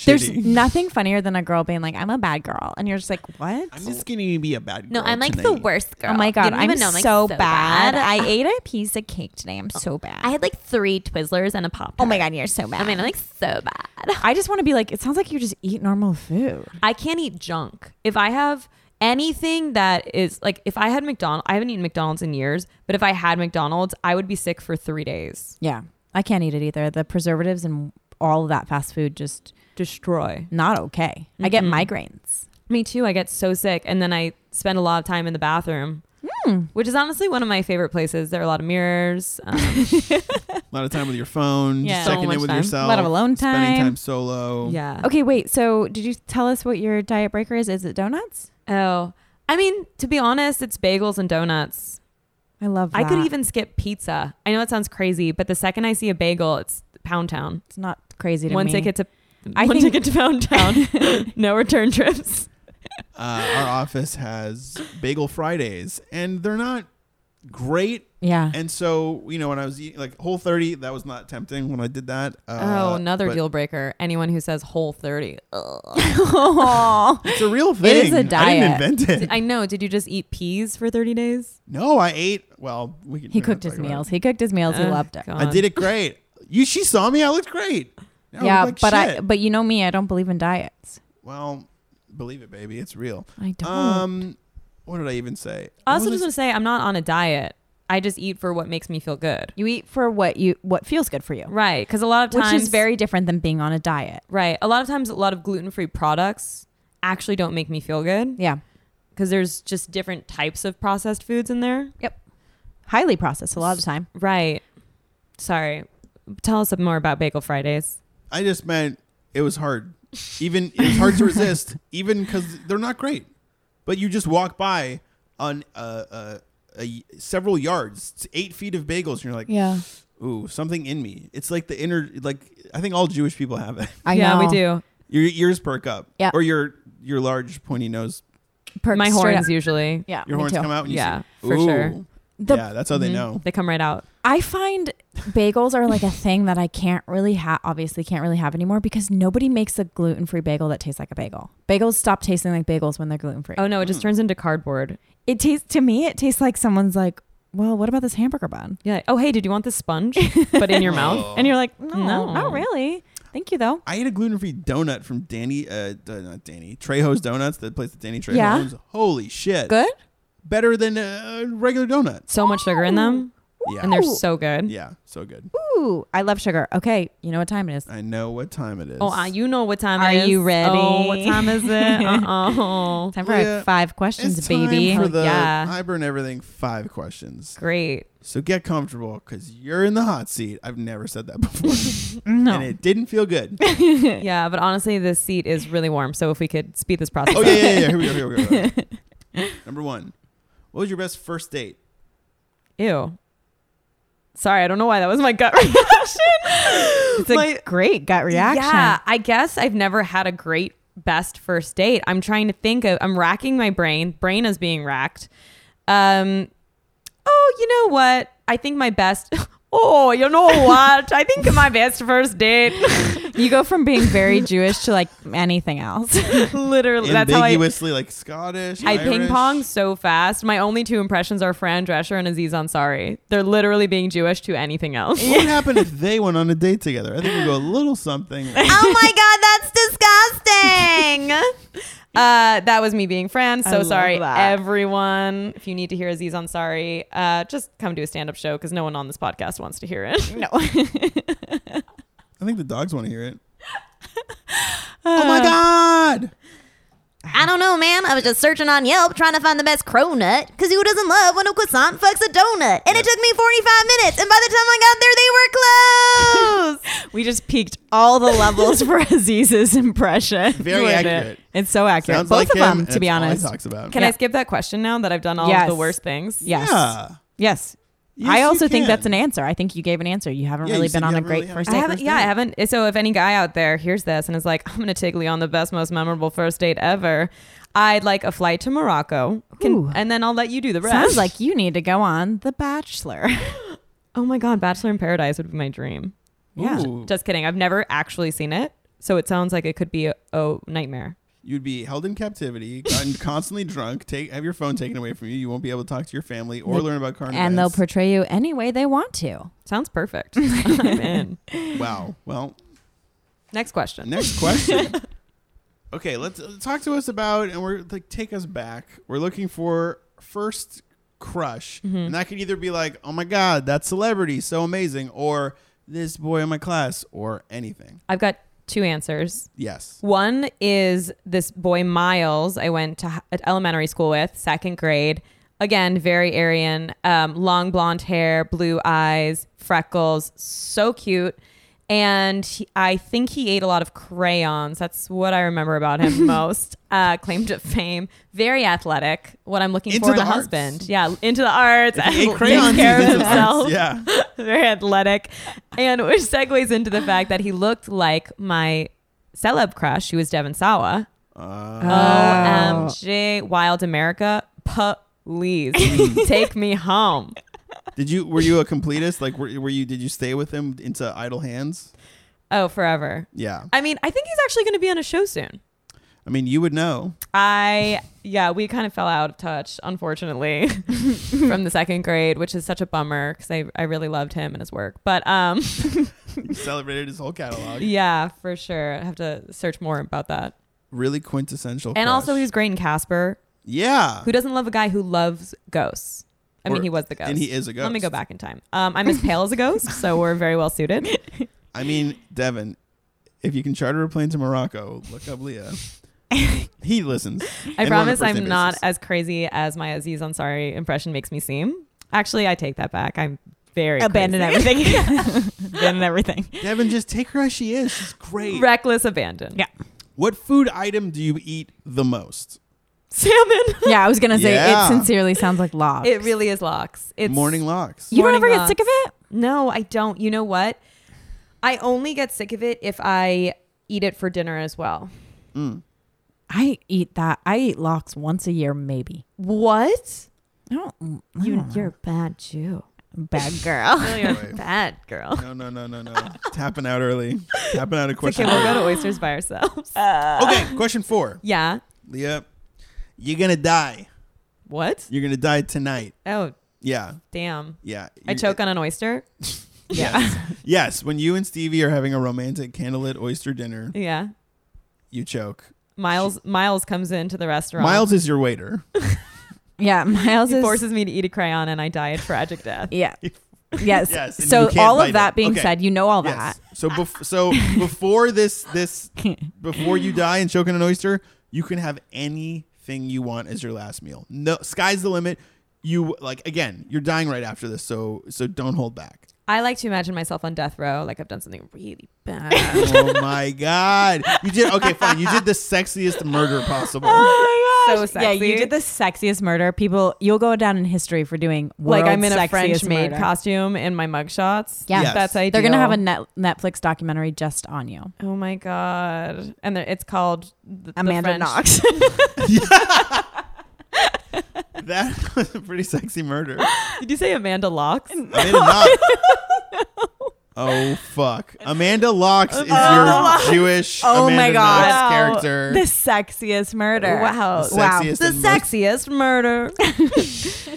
[SPEAKER 1] there's
[SPEAKER 2] shitty.
[SPEAKER 1] nothing funnier than a girl being like, "I'm a bad girl," and you're just like, "What?"
[SPEAKER 2] I'm just gonna be a bad girl.
[SPEAKER 3] no. I'm like the
[SPEAKER 2] tonight.
[SPEAKER 3] worst girl.
[SPEAKER 1] Oh my god,
[SPEAKER 3] You don't
[SPEAKER 1] I'm
[SPEAKER 3] even know,
[SPEAKER 1] so,
[SPEAKER 3] like, Oh.
[SPEAKER 1] bad. I
[SPEAKER 3] (laughs)
[SPEAKER 1] ate a piece of cake today. I'm so bad.
[SPEAKER 3] I had like three Twizzlers and a pop.
[SPEAKER 1] oh my god, you're so bad.
[SPEAKER 3] I mean, I'm like so bad.
[SPEAKER 1] I just want to be like, it sounds like you just eat normal food.
[SPEAKER 3] I can't eat junk. If I have anything that is like, if I had McDonald's, I haven't eaten McDonald's in years. But if I had McDonald's, I would be sick for three days.
[SPEAKER 1] Yeah, I can't eat it either. The preservatives and all of that fast food just
[SPEAKER 3] Destroy.
[SPEAKER 1] not okay. I get migraines.
[SPEAKER 3] Me too. I get so sick, and then I spend a lot of time in the bathroom, which is honestly one of my favorite places. There are a lot of mirrors.
[SPEAKER 2] (laughs)
[SPEAKER 3] Um,
[SPEAKER 2] A lot of time with your phone,
[SPEAKER 3] Yeah.
[SPEAKER 2] just
[SPEAKER 3] So
[SPEAKER 2] checking in
[SPEAKER 3] much
[SPEAKER 2] with
[SPEAKER 3] time.
[SPEAKER 2] yourself.
[SPEAKER 1] A lot of alone
[SPEAKER 2] Spending
[SPEAKER 1] time.
[SPEAKER 2] time solo.
[SPEAKER 3] yeah.
[SPEAKER 1] Okay, wait. So, did you tell us what your diet breaker is? Is it donuts?
[SPEAKER 3] Oh, I mean, to be honest, it's bagels and donuts.
[SPEAKER 1] I love.
[SPEAKER 3] I could
[SPEAKER 1] that.
[SPEAKER 3] even skip pizza. I know it sounds crazy, but the second I see a bagel, it's Pound Town.
[SPEAKER 1] It's not crazy to
[SPEAKER 3] One
[SPEAKER 1] me.
[SPEAKER 3] ticket (laughs) to
[SPEAKER 1] I
[SPEAKER 3] one
[SPEAKER 1] think-
[SPEAKER 3] ticket to Pound Town. (laughs) no return trips.
[SPEAKER 2] Uh, our office has Bagel Fridays, and they're not great.
[SPEAKER 3] (laughs)
[SPEAKER 1] Yeah.
[SPEAKER 2] (laughs) And so, you know, when I was eating like Whole 30, that was not tempting when I did that. Uh,
[SPEAKER 3] oh, another
[SPEAKER 2] but
[SPEAKER 3] deal breaker. Anyone who says Whole (laughs) 30.
[SPEAKER 1] Aw.
[SPEAKER 2] It's a real thing.
[SPEAKER 1] is a diet.
[SPEAKER 2] I didn't
[SPEAKER 1] (laughs)
[SPEAKER 2] invent it.
[SPEAKER 3] I know. Did you just eat peas for 30 days?
[SPEAKER 2] No, I ate. Well, we can,
[SPEAKER 1] he
[SPEAKER 2] we're not
[SPEAKER 1] cooked his
[SPEAKER 2] talking about
[SPEAKER 1] meals. He cooked his meals. he
[SPEAKER 3] Oh,
[SPEAKER 1] loved it.
[SPEAKER 2] it.
[SPEAKER 3] God.
[SPEAKER 2] I did it great. You, she saw me. I looked great. No, it
[SPEAKER 1] yeah,
[SPEAKER 2] looked like
[SPEAKER 1] but I
[SPEAKER 2] shit.
[SPEAKER 1] but you know me, I don't believe in diets.
[SPEAKER 2] well, believe it, baby, it's real.
[SPEAKER 1] I don't.
[SPEAKER 2] Um, what did I even say?
[SPEAKER 3] I
[SPEAKER 2] What
[SPEAKER 3] also
[SPEAKER 2] was
[SPEAKER 3] just want to say I'm not on a diet. I just eat for what makes me feel good.
[SPEAKER 1] you eat for what you what feels good for you,
[SPEAKER 3] Right, because a lot of
[SPEAKER 1] which
[SPEAKER 3] times,
[SPEAKER 1] is very different than being on a diet.
[SPEAKER 3] right. A lot of times, a lot of gluten-free products actually don't make me feel good
[SPEAKER 1] Yeah,
[SPEAKER 3] because there's just different types of processed foods in there.
[SPEAKER 1] highly processed a lot of the time.
[SPEAKER 3] Right. Sorry. Tell us more about Bagel Fridays.
[SPEAKER 2] I just meant it was hard. Even it was hard
[SPEAKER 1] (laughs)
[SPEAKER 2] to resist, even because they're not great. But you just walk by on uh, uh, a, several yards, it's eight feet of bagels, and you're like,
[SPEAKER 1] Yeah,
[SPEAKER 2] ooh, something in me. It's like the inner, like I think all Jewish people have it. (laughs)
[SPEAKER 1] I
[SPEAKER 3] yeah,
[SPEAKER 1] know.
[SPEAKER 3] we do.
[SPEAKER 2] Your ears perk up,
[SPEAKER 1] Yeah.
[SPEAKER 2] or your your large pointy nose,
[SPEAKER 1] Perks
[SPEAKER 3] My
[SPEAKER 1] straight
[SPEAKER 3] horns
[SPEAKER 1] up.
[SPEAKER 3] usually.
[SPEAKER 1] Yeah,
[SPEAKER 2] your
[SPEAKER 1] me
[SPEAKER 2] horns
[SPEAKER 1] too.
[SPEAKER 2] come out. And
[SPEAKER 3] Yeah,
[SPEAKER 2] you see,
[SPEAKER 3] for
[SPEAKER 2] ooh.
[SPEAKER 3] sure.
[SPEAKER 1] The- Mm-hmm.
[SPEAKER 2] yeah, that's how they
[SPEAKER 3] Mhm.
[SPEAKER 2] know.
[SPEAKER 3] They come right out.
[SPEAKER 1] I find bagels are like a thing that I can't really have, obviously can't really have anymore because nobody makes a gluten free bagel that tastes like a bagel. Bagels stop tasting like bagels when they're gluten free.
[SPEAKER 3] Oh no,
[SPEAKER 2] Mm.
[SPEAKER 3] it just turns into cardboard.
[SPEAKER 1] It tastes, to me, it tastes like someone's like, well, what about this hamburger bun?
[SPEAKER 3] Yeah. Oh hey, did you want this
[SPEAKER 1] (laughs)
[SPEAKER 3] sponge? but in your
[SPEAKER 2] Oh.
[SPEAKER 3] mouth.
[SPEAKER 1] And you're like, no,
[SPEAKER 3] No.
[SPEAKER 1] not really. Thank you though.
[SPEAKER 2] I ate a gluten free donut from Danny, uh, d- not Danny, Trejo's Donuts, the place that Danny Trejo
[SPEAKER 1] Yeah.
[SPEAKER 2] owns. Holy shit.
[SPEAKER 1] Good?
[SPEAKER 2] Better than a regular donut.
[SPEAKER 3] So much sugar in them,
[SPEAKER 2] Yeah.
[SPEAKER 3] and they're
[SPEAKER 1] Ooh.
[SPEAKER 3] so good.
[SPEAKER 2] Yeah, so good.
[SPEAKER 1] Ooh, I love sugar. Okay, you know what time it is.
[SPEAKER 2] I know what time it is.
[SPEAKER 3] Oh, uh, you know what time
[SPEAKER 1] Are
[SPEAKER 3] it is.
[SPEAKER 1] you ready?
[SPEAKER 3] Oh, what time is it?
[SPEAKER 1] (laughs)
[SPEAKER 3] Uh-oh.
[SPEAKER 1] Time for our
[SPEAKER 2] Yeah.
[SPEAKER 1] five questions,
[SPEAKER 2] it's time
[SPEAKER 1] baby.
[SPEAKER 2] for
[SPEAKER 3] Hell
[SPEAKER 2] the
[SPEAKER 3] yeah.
[SPEAKER 2] I burn everything five questions.
[SPEAKER 3] Great.
[SPEAKER 2] So get comfortable because you're in the hot seat. I've never said that (laughs) before, and
[SPEAKER 1] Mm, no.
[SPEAKER 2] it didn't feel good. Oh,
[SPEAKER 3] Yeah, but honestly, this seat is really warm. So if we could speed this process
[SPEAKER 2] oh
[SPEAKER 3] up.
[SPEAKER 2] yeah, yeah, yeah. Here we go. Here we go. Here we
[SPEAKER 3] (laughs)
[SPEAKER 2] go. Number one, what was your best first date?
[SPEAKER 3] Ew. Sorry, I don't know why that was
[SPEAKER 1] (laughs)
[SPEAKER 3] my gut reaction.
[SPEAKER 1] It's a great gut reaction.
[SPEAKER 3] Yeah, I guess I've never had a great best first date. I'm trying to think of I'm racking my brain. Brain is being racked. Um oh, you know what? I think my best (laughs) Oh, you know what? I think my best first date.
[SPEAKER 1] (laughs) You go from being
[SPEAKER 3] (laughs)
[SPEAKER 1] very Jewish to like anything else.
[SPEAKER 3] Literally, that's how I
[SPEAKER 2] Ambiguously like Scottish.
[SPEAKER 3] I
[SPEAKER 2] Irish.
[SPEAKER 3] ping pong so fast. My only two impressions are Fran Drescher and Aziz Ansari. They're literally being Jewish to anything else.
[SPEAKER 4] (laughs)
[SPEAKER 2] What would
[SPEAKER 1] (laughs)
[SPEAKER 2] happen if they went on a date together? I think we go a little something.
[SPEAKER 3] oh my god, that's disgusting. (laughs) uh, that was me being Fran. So
[SPEAKER 1] love
[SPEAKER 3] sorry,
[SPEAKER 1] that.
[SPEAKER 3] everyone. If you need to hear Aziz Ansari, uh, just come to a stand-up show because no one on this podcast wants to hear
[SPEAKER 4] (laughs)
[SPEAKER 3] it. No.
[SPEAKER 2] I think the dogs want to
[SPEAKER 1] (laughs)
[SPEAKER 2] hear it. oh
[SPEAKER 1] Uh,
[SPEAKER 2] my god!
[SPEAKER 4] I don't know, man. I was just searching on Yelp trying to find the best cronut. Because who doesn't love when a croissant fucks a donut? And it took me 45 minutes. And by the time I got there, they were closed.
[SPEAKER 3] (laughs)
[SPEAKER 1] we just peaked all the levels (laughs) for Aziz's impression.
[SPEAKER 2] Very
[SPEAKER 1] Ruined it.
[SPEAKER 2] accurate.
[SPEAKER 1] It's so accurate.
[SPEAKER 2] Sounds
[SPEAKER 1] Both
[SPEAKER 2] like
[SPEAKER 1] of
[SPEAKER 2] him,
[SPEAKER 1] them,
[SPEAKER 2] and
[SPEAKER 1] to be
[SPEAKER 2] that's all he
[SPEAKER 1] honest.
[SPEAKER 2] talks about.
[SPEAKER 3] Can
[SPEAKER 1] Yeah.
[SPEAKER 3] I skip that question now that I've done all
[SPEAKER 1] Yes.
[SPEAKER 3] of the worst things?
[SPEAKER 1] Yes.
[SPEAKER 2] Yeah.
[SPEAKER 1] Yes.
[SPEAKER 2] Yes,
[SPEAKER 1] I
[SPEAKER 2] you
[SPEAKER 1] also think
[SPEAKER 2] can.
[SPEAKER 1] that's an answer. I think you gave an answer. You haven't
[SPEAKER 2] Yeah,
[SPEAKER 1] really
[SPEAKER 2] you
[SPEAKER 1] been
[SPEAKER 2] said you
[SPEAKER 1] on a
[SPEAKER 2] haven't really
[SPEAKER 1] great
[SPEAKER 2] had a
[SPEAKER 1] first
[SPEAKER 3] I
[SPEAKER 1] date.
[SPEAKER 3] haven't. Yeah, I haven't. So, if any guy out there hears this and is like, "I'm going to take Leon the best, most memorable first date ever," I'd like a flight to Morocco, Can-
[SPEAKER 1] Ooh.
[SPEAKER 3] and then I'll let you do the rest.
[SPEAKER 1] Sounds like you need to go on The
[SPEAKER 2] (laughs)
[SPEAKER 1] Bachelor.
[SPEAKER 3] oh my god, Bachelor in Paradise would be my dream.
[SPEAKER 1] yeah.
[SPEAKER 2] Ooh.
[SPEAKER 3] Just kidding. I've never actually seen it, so it sounds like it could be a, a nightmare.
[SPEAKER 2] You'd be held in
[SPEAKER 1] (laughs)
[SPEAKER 2] captivity, gotten constantly drunk, take have your phone taken away from you. You won't be able to talk to your family or
[SPEAKER 1] They-
[SPEAKER 2] learn about current
[SPEAKER 1] and they'll
[SPEAKER 2] events.
[SPEAKER 1] portray you any way they want to.
[SPEAKER 3] Sounds perfect. (laughs) I'm in.
[SPEAKER 2] wow. Well,
[SPEAKER 3] Next question.
[SPEAKER 2] next
[SPEAKER 3] (laughs)
[SPEAKER 2] question. okay, let's uh, talk to us about and we're like take us back. We're looking for first crush,
[SPEAKER 3] Mm-hmm.
[SPEAKER 2] and that could either be like, oh my god, that celebrity, so amazing, or this boy in my class, or anything.
[SPEAKER 3] I've got two answers.
[SPEAKER 2] Yes.
[SPEAKER 3] One is this boy Miles I went to h- elementary school with, second grade. Again, very Aryan, um, long blonde hair, blue eyes, freckles, so cute. And he, I think he ate a lot of crayons. That's what I remember about
[SPEAKER 2] (laughs)
[SPEAKER 3] him most. Uh, claim to fame, very athletic. What I'm looking
[SPEAKER 2] Into
[SPEAKER 3] for in
[SPEAKER 2] the
[SPEAKER 3] a
[SPEAKER 2] arts.
[SPEAKER 3] husband. Yeah, into the arts. (laughs)
[SPEAKER 2] Hey,
[SPEAKER 3] Takes
[SPEAKER 2] crayons.
[SPEAKER 3] care of
[SPEAKER 2] is in the arts.
[SPEAKER 3] himself
[SPEAKER 2] (laughs) Yeah.
[SPEAKER 3] very athletic, and which segues into the fact that he looked like my celeb crush, who was Devin Sawa.
[SPEAKER 2] Uh,
[SPEAKER 1] Oh, um,
[SPEAKER 3] OMG, Wild America, please take me home.
[SPEAKER 2] did you were you a completist? Like were, were you did you stay with him into idle hands?
[SPEAKER 3] Oh, forever.
[SPEAKER 2] Yeah.
[SPEAKER 3] I mean, I think he's actually going to be on a show soon.
[SPEAKER 2] I mean, you would know.
[SPEAKER 3] I yeah, we kind of fell out of touch, unfortunately, from the second grade, which is such a bummer because I, I really loved him and his work. But um, (laughs)
[SPEAKER 2] he (laughs) celebrated his whole catalog.
[SPEAKER 3] yeah, for sure. I have to search more about that.
[SPEAKER 2] Really quintessential.
[SPEAKER 3] And
[SPEAKER 2] crush.
[SPEAKER 3] also, he was great in Casper.
[SPEAKER 2] yeah.
[SPEAKER 3] Who doesn't love a guy who loves ghosts? I
[SPEAKER 2] Or-
[SPEAKER 3] mean, he was the ghost.
[SPEAKER 2] and he is a ghost.
[SPEAKER 3] Let me go back in time. Um, I'm as pale as a ghost, so we're very
[SPEAKER 2] (laughs)
[SPEAKER 3] well suited.
[SPEAKER 2] I mean, Devin, if you can charter a plane to Morocco, look up
[SPEAKER 3] (laughs)
[SPEAKER 2] Leah. he listens. And
[SPEAKER 3] I
[SPEAKER 2] on a
[SPEAKER 3] promise
[SPEAKER 2] first-name
[SPEAKER 3] I'm not
[SPEAKER 2] basis.
[SPEAKER 3] as crazy as my Aziz Ansari impression makes me seem. Actually, I take that back. I'm very
[SPEAKER 1] Abandon
[SPEAKER 3] crazy. (laughs)
[SPEAKER 1] everything. Abandon everything.
[SPEAKER 2] Devin, just take her as she is. She's great.
[SPEAKER 3] Reckless abandon.
[SPEAKER 1] Yeah.
[SPEAKER 2] What food item do you eat the most?
[SPEAKER 3] (laughs) Salmon.
[SPEAKER 1] Yeah, I was gonna say
[SPEAKER 2] Yeah.
[SPEAKER 1] it sincerely sounds like locks.
[SPEAKER 3] it really is locks. It's
[SPEAKER 2] Morning locks.
[SPEAKER 1] You don't
[SPEAKER 3] Morning
[SPEAKER 1] ever get
[SPEAKER 3] locks.
[SPEAKER 1] sick of it?
[SPEAKER 3] No, I don't. You know what? I only get sick of it if I eat it for dinner as well.
[SPEAKER 2] Mm.
[SPEAKER 3] (laughs)
[SPEAKER 1] I eat that. I eat locks once a year, maybe.
[SPEAKER 3] What?
[SPEAKER 1] I don't.
[SPEAKER 3] You, you're a bad Jew.
[SPEAKER 1] bad (laughs) girl.
[SPEAKER 3] You're a (laughs) bad girl.
[SPEAKER 2] No, no, no, no,
[SPEAKER 3] (laughs)
[SPEAKER 2] no. Tapping out early. Tapping out a
[SPEAKER 3] Okay,
[SPEAKER 2] question.
[SPEAKER 3] we'll go to oysters by ourselves.
[SPEAKER 1] (laughs) Uh.
[SPEAKER 2] okay, question four.
[SPEAKER 3] yeah.
[SPEAKER 2] Leah, you're going to die.
[SPEAKER 3] What?
[SPEAKER 2] You're going to die tonight.
[SPEAKER 3] Oh,
[SPEAKER 2] Yeah,
[SPEAKER 3] damn.
[SPEAKER 2] yeah.
[SPEAKER 3] I choke on
[SPEAKER 1] (laughs)
[SPEAKER 3] an oyster.
[SPEAKER 2] Yes. yes, when you and Stevie are having a romantic candlelit oyster dinner,
[SPEAKER 3] (laughs) Yeah.
[SPEAKER 2] you choke.
[SPEAKER 3] Miles Miles comes into the restaurant.
[SPEAKER 2] Miles is your waiter.
[SPEAKER 1] Yeah, (laughs) Miles
[SPEAKER 3] he
[SPEAKER 1] is.
[SPEAKER 3] forces me to eat a crayon and I die a tragic
[SPEAKER 1] (laughs)
[SPEAKER 3] death. (laughs)
[SPEAKER 1] yeah. Yes.
[SPEAKER 2] Yes, and you
[SPEAKER 1] so
[SPEAKER 2] can't
[SPEAKER 1] all
[SPEAKER 2] bite
[SPEAKER 1] of that
[SPEAKER 2] it.
[SPEAKER 1] being
[SPEAKER 2] Okay.
[SPEAKER 1] said, you know all that.
[SPEAKER 2] So
[SPEAKER 1] (laughs)
[SPEAKER 2] bef- so before this this before you die and choke on an oyster, you can have anything you want as your last meal. No, sky's the limit. You like again, you're dying right after this, so so don't hold back.
[SPEAKER 3] I like to imagine myself on death row like I've done something really bad.
[SPEAKER 1] (laughs)
[SPEAKER 2] oh my god. You did okay, fine. You did the sexiest murder
[SPEAKER 1] (laughs)
[SPEAKER 2] possible.
[SPEAKER 3] (laughs) so sexy.
[SPEAKER 1] Oh Yeah, you did the sexiest murder. People, you'll go down in history for doing
[SPEAKER 3] like I'm
[SPEAKER 1] world's
[SPEAKER 3] in a
[SPEAKER 1] sexiest
[SPEAKER 3] French maid
[SPEAKER 1] murder.
[SPEAKER 3] costume in my mugshots.
[SPEAKER 1] Yeah,
[SPEAKER 2] Yes.
[SPEAKER 3] that's ideal.
[SPEAKER 1] they're gonna have a net- Netflix documentary just on you,
[SPEAKER 3] Oh my god! And there- it's called the, the
[SPEAKER 1] Amanda
[SPEAKER 3] French-
[SPEAKER 1] Knox.
[SPEAKER 2] That was a pretty sexy murder.
[SPEAKER 3] (laughs) Did you say Amanda Locks?
[SPEAKER 2] I made
[SPEAKER 1] (laughs)
[SPEAKER 2] it up. Oh fuck! Amanda Locks is your Jewish
[SPEAKER 1] Oh
[SPEAKER 2] Amanda
[SPEAKER 1] my God.
[SPEAKER 2] Knox
[SPEAKER 3] Wow.
[SPEAKER 2] character.
[SPEAKER 1] (laughs) the sexiest murder.
[SPEAKER 3] Wow.
[SPEAKER 2] The
[SPEAKER 1] Wow.
[SPEAKER 2] sexiest
[SPEAKER 3] the
[SPEAKER 2] and most-
[SPEAKER 3] sexiest murder.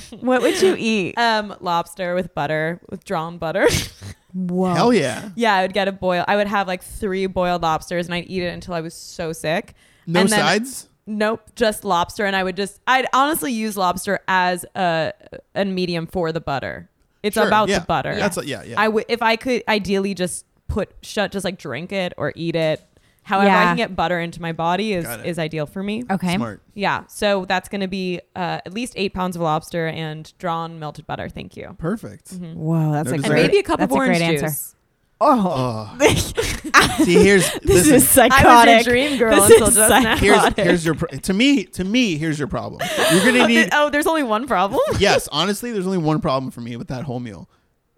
[SPEAKER 1] (laughs)
[SPEAKER 3] (laughs)
[SPEAKER 1] What would you eat?
[SPEAKER 3] um, lobster with butter, with drawn butter. (laughs)
[SPEAKER 1] Whoa.
[SPEAKER 2] Hell yeah!
[SPEAKER 3] yeah, I would get a boil. I would have like three boiled lobsters, and I'd eat it until I was so sick.
[SPEAKER 2] No
[SPEAKER 3] And then-
[SPEAKER 2] sides.
[SPEAKER 3] Nope, just lobster, and I would just I'd honestly use lobster as a a medium for the butter. It's
[SPEAKER 2] Sure,
[SPEAKER 3] about
[SPEAKER 2] yeah.
[SPEAKER 3] the butter.
[SPEAKER 2] That's a- yeah, yeah.
[SPEAKER 3] I would if I could ideally just put shut just like drink it or eat it. However, I
[SPEAKER 1] Yeah. Oh.
[SPEAKER 3] can get butter into my body is
[SPEAKER 2] Got it.
[SPEAKER 3] is ideal for me.
[SPEAKER 1] Okay.
[SPEAKER 2] Smart.
[SPEAKER 3] Yeah, so that's going to be uh, at least eight pounds of lobster and drawn melted butter. Thank you.
[SPEAKER 2] Perfect.
[SPEAKER 3] Mm-hmm.
[SPEAKER 1] Whoa, that's
[SPEAKER 2] No
[SPEAKER 1] a
[SPEAKER 2] dessert.
[SPEAKER 1] great,
[SPEAKER 3] And maybe a cup
[SPEAKER 1] that's
[SPEAKER 3] of orange
[SPEAKER 1] a great
[SPEAKER 3] juice.
[SPEAKER 1] answer. Oh, (laughs)
[SPEAKER 2] See, here's
[SPEAKER 1] this
[SPEAKER 2] listen,
[SPEAKER 1] is psychotic.
[SPEAKER 3] I was a dream girl
[SPEAKER 1] This
[SPEAKER 3] until
[SPEAKER 1] is
[SPEAKER 3] just
[SPEAKER 1] psych-
[SPEAKER 3] now.
[SPEAKER 2] here's
[SPEAKER 3] (laughs)
[SPEAKER 2] here's your pro- to me to me here's your problem. You're gonna need
[SPEAKER 3] oh, there's only
[SPEAKER 1] (laughs)
[SPEAKER 3] one problem.
[SPEAKER 2] yes. Honestly, there's only one problem for me with that whole meal.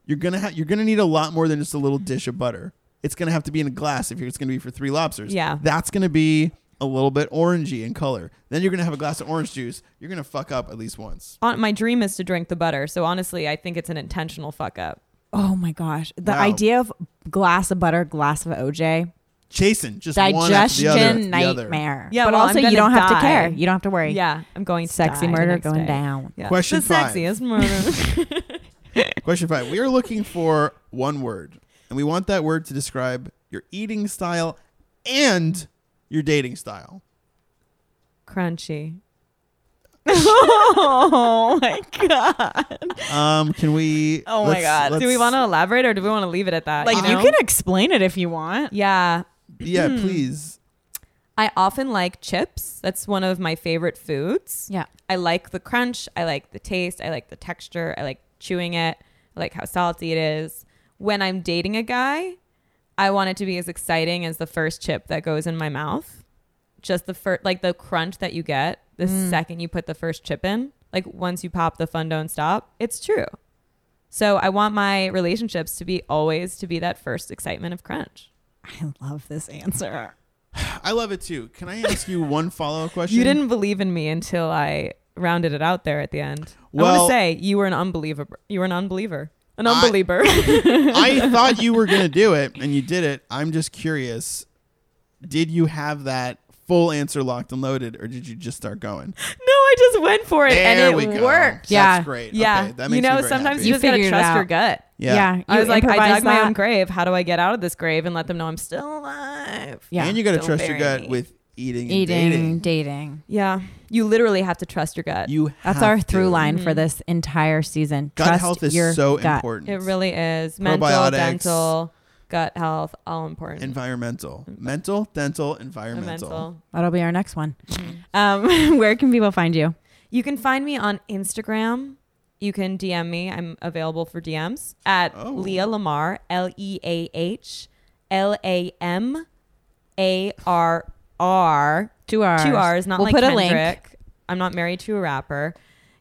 [SPEAKER 2] You're gonna ha- you're gonna need a lot more than just a little dish of butter. It's gonna have to be in a glass if you're, it's gonna be for three lobsters.
[SPEAKER 3] Yeah.
[SPEAKER 2] that's gonna be a little bit orangey in color. Then you're gonna have a glass of orange juice. You're gonna fuck up at least once.
[SPEAKER 3] On, my dream is to drink the butter. So honestly, I think it's an intentional fuck up.
[SPEAKER 1] Oh my gosh, the
[SPEAKER 2] Wow.
[SPEAKER 1] idea of glass of butter, glass of OJ,
[SPEAKER 2] Chasing just one after the other, after
[SPEAKER 1] digestion
[SPEAKER 2] the other.
[SPEAKER 1] nightmare.
[SPEAKER 3] Yeah,
[SPEAKER 1] but
[SPEAKER 3] well,
[SPEAKER 1] also
[SPEAKER 3] I'm
[SPEAKER 1] you
[SPEAKER 3] gonna
[SPEAKER 1] don't have to
[SPEAKER 3] die.
[SPEAKER 1] care. You don't have to worry.
[SPEAKER 3] Yeah, I'm going to
[SPEAKER 1] sexy
[SPEAKER 3] die the
[SPEAKER 1] murder
[SPEAKER 3] next
[SPEAKER 1] going
[SPEAKER 3] day.
[SPEAKER 1] down.
[SPEAKER 3] Yeah.
[SPEAKER 2] Question
[SPEAKER 3] the
[SPEAKER 2] five.
[SPEAKER 3] sexiest
[SPEAKER 2] (laughs)
[SPEAKER 3] murder.
[SPEAKER 2] Question five. We are looking for one word, and we want that word to describe your eating style and your dating style.
[SPEAKER 1] (laughs)
[SPEAKER 3] Crunchy.
[SPEAKER 1] Oh my god!
[SPEAKER 2] Um, can
[SPEAKER 3] (laughs)
[SPEAKER 2] we?
[SPEAKER 1] Oh my
[SPEAKER 2] let's-
[SPEAKER 1] God.
[SPEAKER 2] let's-
[SPEAKER 3] Do we want to elaborate or do we want to leave it at that?
[SPEAKER 1] Like you
[SPEAKER 3] know?
[SPEAKER 1] can explain it if you want.
[SPEAKER 3] Yeah.
[SPEAKER 2] Yeah,
[SPEAKER 3] Hmm.
[SPEAKER 2] please.
[SPEAKER 3] I often like chips. That's one of my favorite foods.
[SPEAKER 1] Yeah.
[SPEAKER 3] I like the crunch. I like the taste. I like the texture. I like chewing it. I like how salty it is. When I'm dating a guy, I want it to be as exciting as the first chip that goes in my mouth. Just the first, like the crunch that you get the second you put the first chip in. Like once you pop, the fun don't stop. It's true. So I want my relationships to be always to be that first excitement of crunch.
[SPEAKER 1] I love this answer.
[SPEAKER 2] I love it too. Can I ask you one follow-up question?
[SPEAKER 3] You didn't believe in me until I rounded it out there at the end. I
[SPEAKER 2] Well-
[SPEAKER 3] want to say you were an unbeliever. You were an unbeliever. An
[SPEAKER 2] I- (laughs)
[SPEAKER 3] unbeliever. (laughs)
[SPEAKER 2] I thought you were gonna do it, and you did it. I'm just curious. Did you have that full answer locked and loaded, or did you just start going?
[SPEAKER 3] No, I I just went for it
[SPEAKER 2] There
[SPEAKER 3] and
[SPEAKER 2] we
[SPEAKER 3] it
[SPEAKER 2] go.
[SPEAKER 3] worked.
[SPEAKER 1] Yeah.
[SPEAKER 2] That's great.
[SPEAKER 3] Yeah.
[SPEAKER 2] Okay, that
[SPEAKER 3] you
[SPEAKER 2] makes me
[SPEAKER 3] know,
[SPEAKER 2] very
[SPEAKER 3] sometimes
[SPEAKER 2] happy.
[SPEAKER 1] You
[SPEAKER 3] you just gotta
[SPEAKER 1] figured it
[SPEAKER 3] trust your
[SPEAKER 1] out.
[SPEAKER 3] gut.
[SPEAKER 2] Yeah.
[SPEAKER 1] Yeah.
[SPEAKER 3] I
[SPEAKER 1] you
[SPEAKER 3] was like, I
[SPEAKER 1] improvised
[SPEAKER 3] dug my own
[SPEAKER 1] that.
[SPEAKER 3] grave. How do I get out of this grave and let them know I'm still alive?
[SPEAKER 1] Yeah.
[SPEAKER 2] And you got to
[SPEAKER 3] Don't
[SPEAKER 2] trust your
[SPEAKER 3] bury
[SPEAKER 2] gut
[SPEAKER 3] me.
[SPEAKER 2] with eating, and
[SPEAKER 1] Eating,
[SPEAKER 2] dating.
[SPEAKER 1] dating.
[SPEAKER 3] Yeah. You literally have to trust your gut.
[SPEAKER 2] You
[SPEAKER 1] That's
[SPEAKER 2] have
[SPEAKER 1] our
[SPEAKER 2] to.
[SPEAKER 1] through line
[SPEAKER 3] Mm-hmm.
[SPEAKER 1] for this entire season.
[SPEAKER 2] Gut
[SPEAKER 1] Trust
[SPEAKER 2] health is
[SPEAKER 1] your
[SPEAKER 2] so
[SPEAKER 1] gut.
[SPEAKER 2] important.
[SPEAKER 3] it really is. Mental,
[SPEAKER 2] Probiotics.
[SPEAKER 3] dental, gut health, all important.
[SPEAKER 2] environmental,
[SPEAKER 3] Mm-hmm.
[SPEAKER 2] mental, dental, environmental.
[SPEAKER 3] Mental.
[SPEAKER 1] That'll be our next one.
[SPEAKER 2] (laughs)
[SPEAKER 3] (laughs)
[SPEAKER 1] Um, where can people find you?
[SPEAKER 3] You can find me on Instagram. You can DM me. I'm available for DMs at
[SPEAKER 2] Oh.
[SPEAKER 3] Leah Lamar, L E A H L A M A R R.
[SPEAKER 1] Two R's.
[SPEAKER 3] Two R's, not
[SPEAKER 1] We'll
[SPEAKER 3] like
[SPEAKER 1] put a
[SPEAKER 3] Kendrick.
[SPEAKER 1] link.
[SPEAKER 3] I'm not married to a rapper.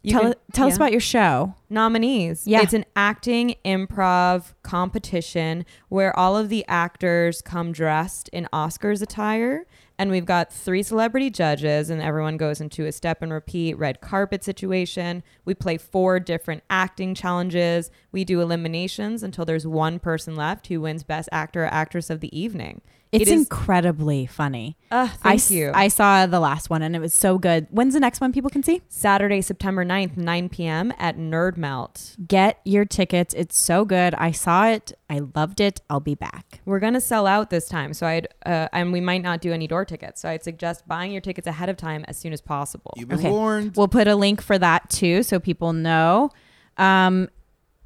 [SPEAKER 3] You
[SPEAKER 1] Tell,
[SPEAKER 3] can-
[SPEAKER 1] tell us
[SPEAKER 3] yeah.
[SPEAKER 1] about your show.
[SPEAKER 3] nominees.
[SPEAKER 1] Yeah.
[SPEAKER 3] It's an acting improv competition where all of the actors come dressed in Oscars attire. And we've got three celebrity judges, and everyone goes into a step and repeat red carpet situation. We play four different acting challenges. We do eliminations until there's one person left who wins Best Actor or Actress of the Evening.
[SPEAKER 1] It's
[SPEAKER 3] it is.
[SPEAKER 1] incredibly funny.
[SPEAKER 3] Ah,
[SPEAKER 1] I,
[SPEAKER 3] thank
[SPEAKER 1] s-
[SPEAKER 3] you.
[SPEAKER 1] I saw the last one and it was so good. When's the next one people can see?
[SPEAKER 3] Saturday, September 9th, 9 p.m. at Nerd Melt.
[SPEAKER 1] Get your tickets. It's so good. I saw it. I loved it. I'll be back.
[SPEAKER 3] we're gonna sell out this time so i'd uh, and we might not do any door tickets so i'd suggest buying your tickets ahead of time as soon as possible
[SPEAKER 2] You've been
[SPEAKER 1] Okay.
[SPEAKER 2] warned.
[SPEAKER 1] We'll put a link for that too so people know. Um,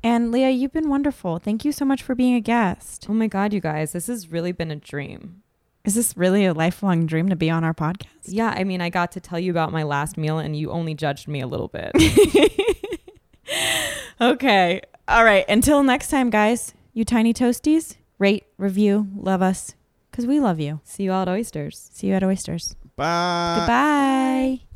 [SPEAKER 1] and Leah, you've been wonderful. Thank you so much for being a guest.
[SPEAKER 3] oh my god you guys this has really been a dream
[SPEAKER 1] Is this really a lifelong dream to be on our podcast?
[SPEAKER 3] yeah i mean i got to tell you about my last meal and you only judged me a little bit
[SPEAKER 1] Okay. All right. Until next time, guys, you tiny toasties, rate, review, love us because we love you.
[SPEAKER 3] see you all at oysters
[SPEAKER 1] See you at Oysters.
[SPEAKER 2] Bye.
[SPEAKER 1] Goodbye.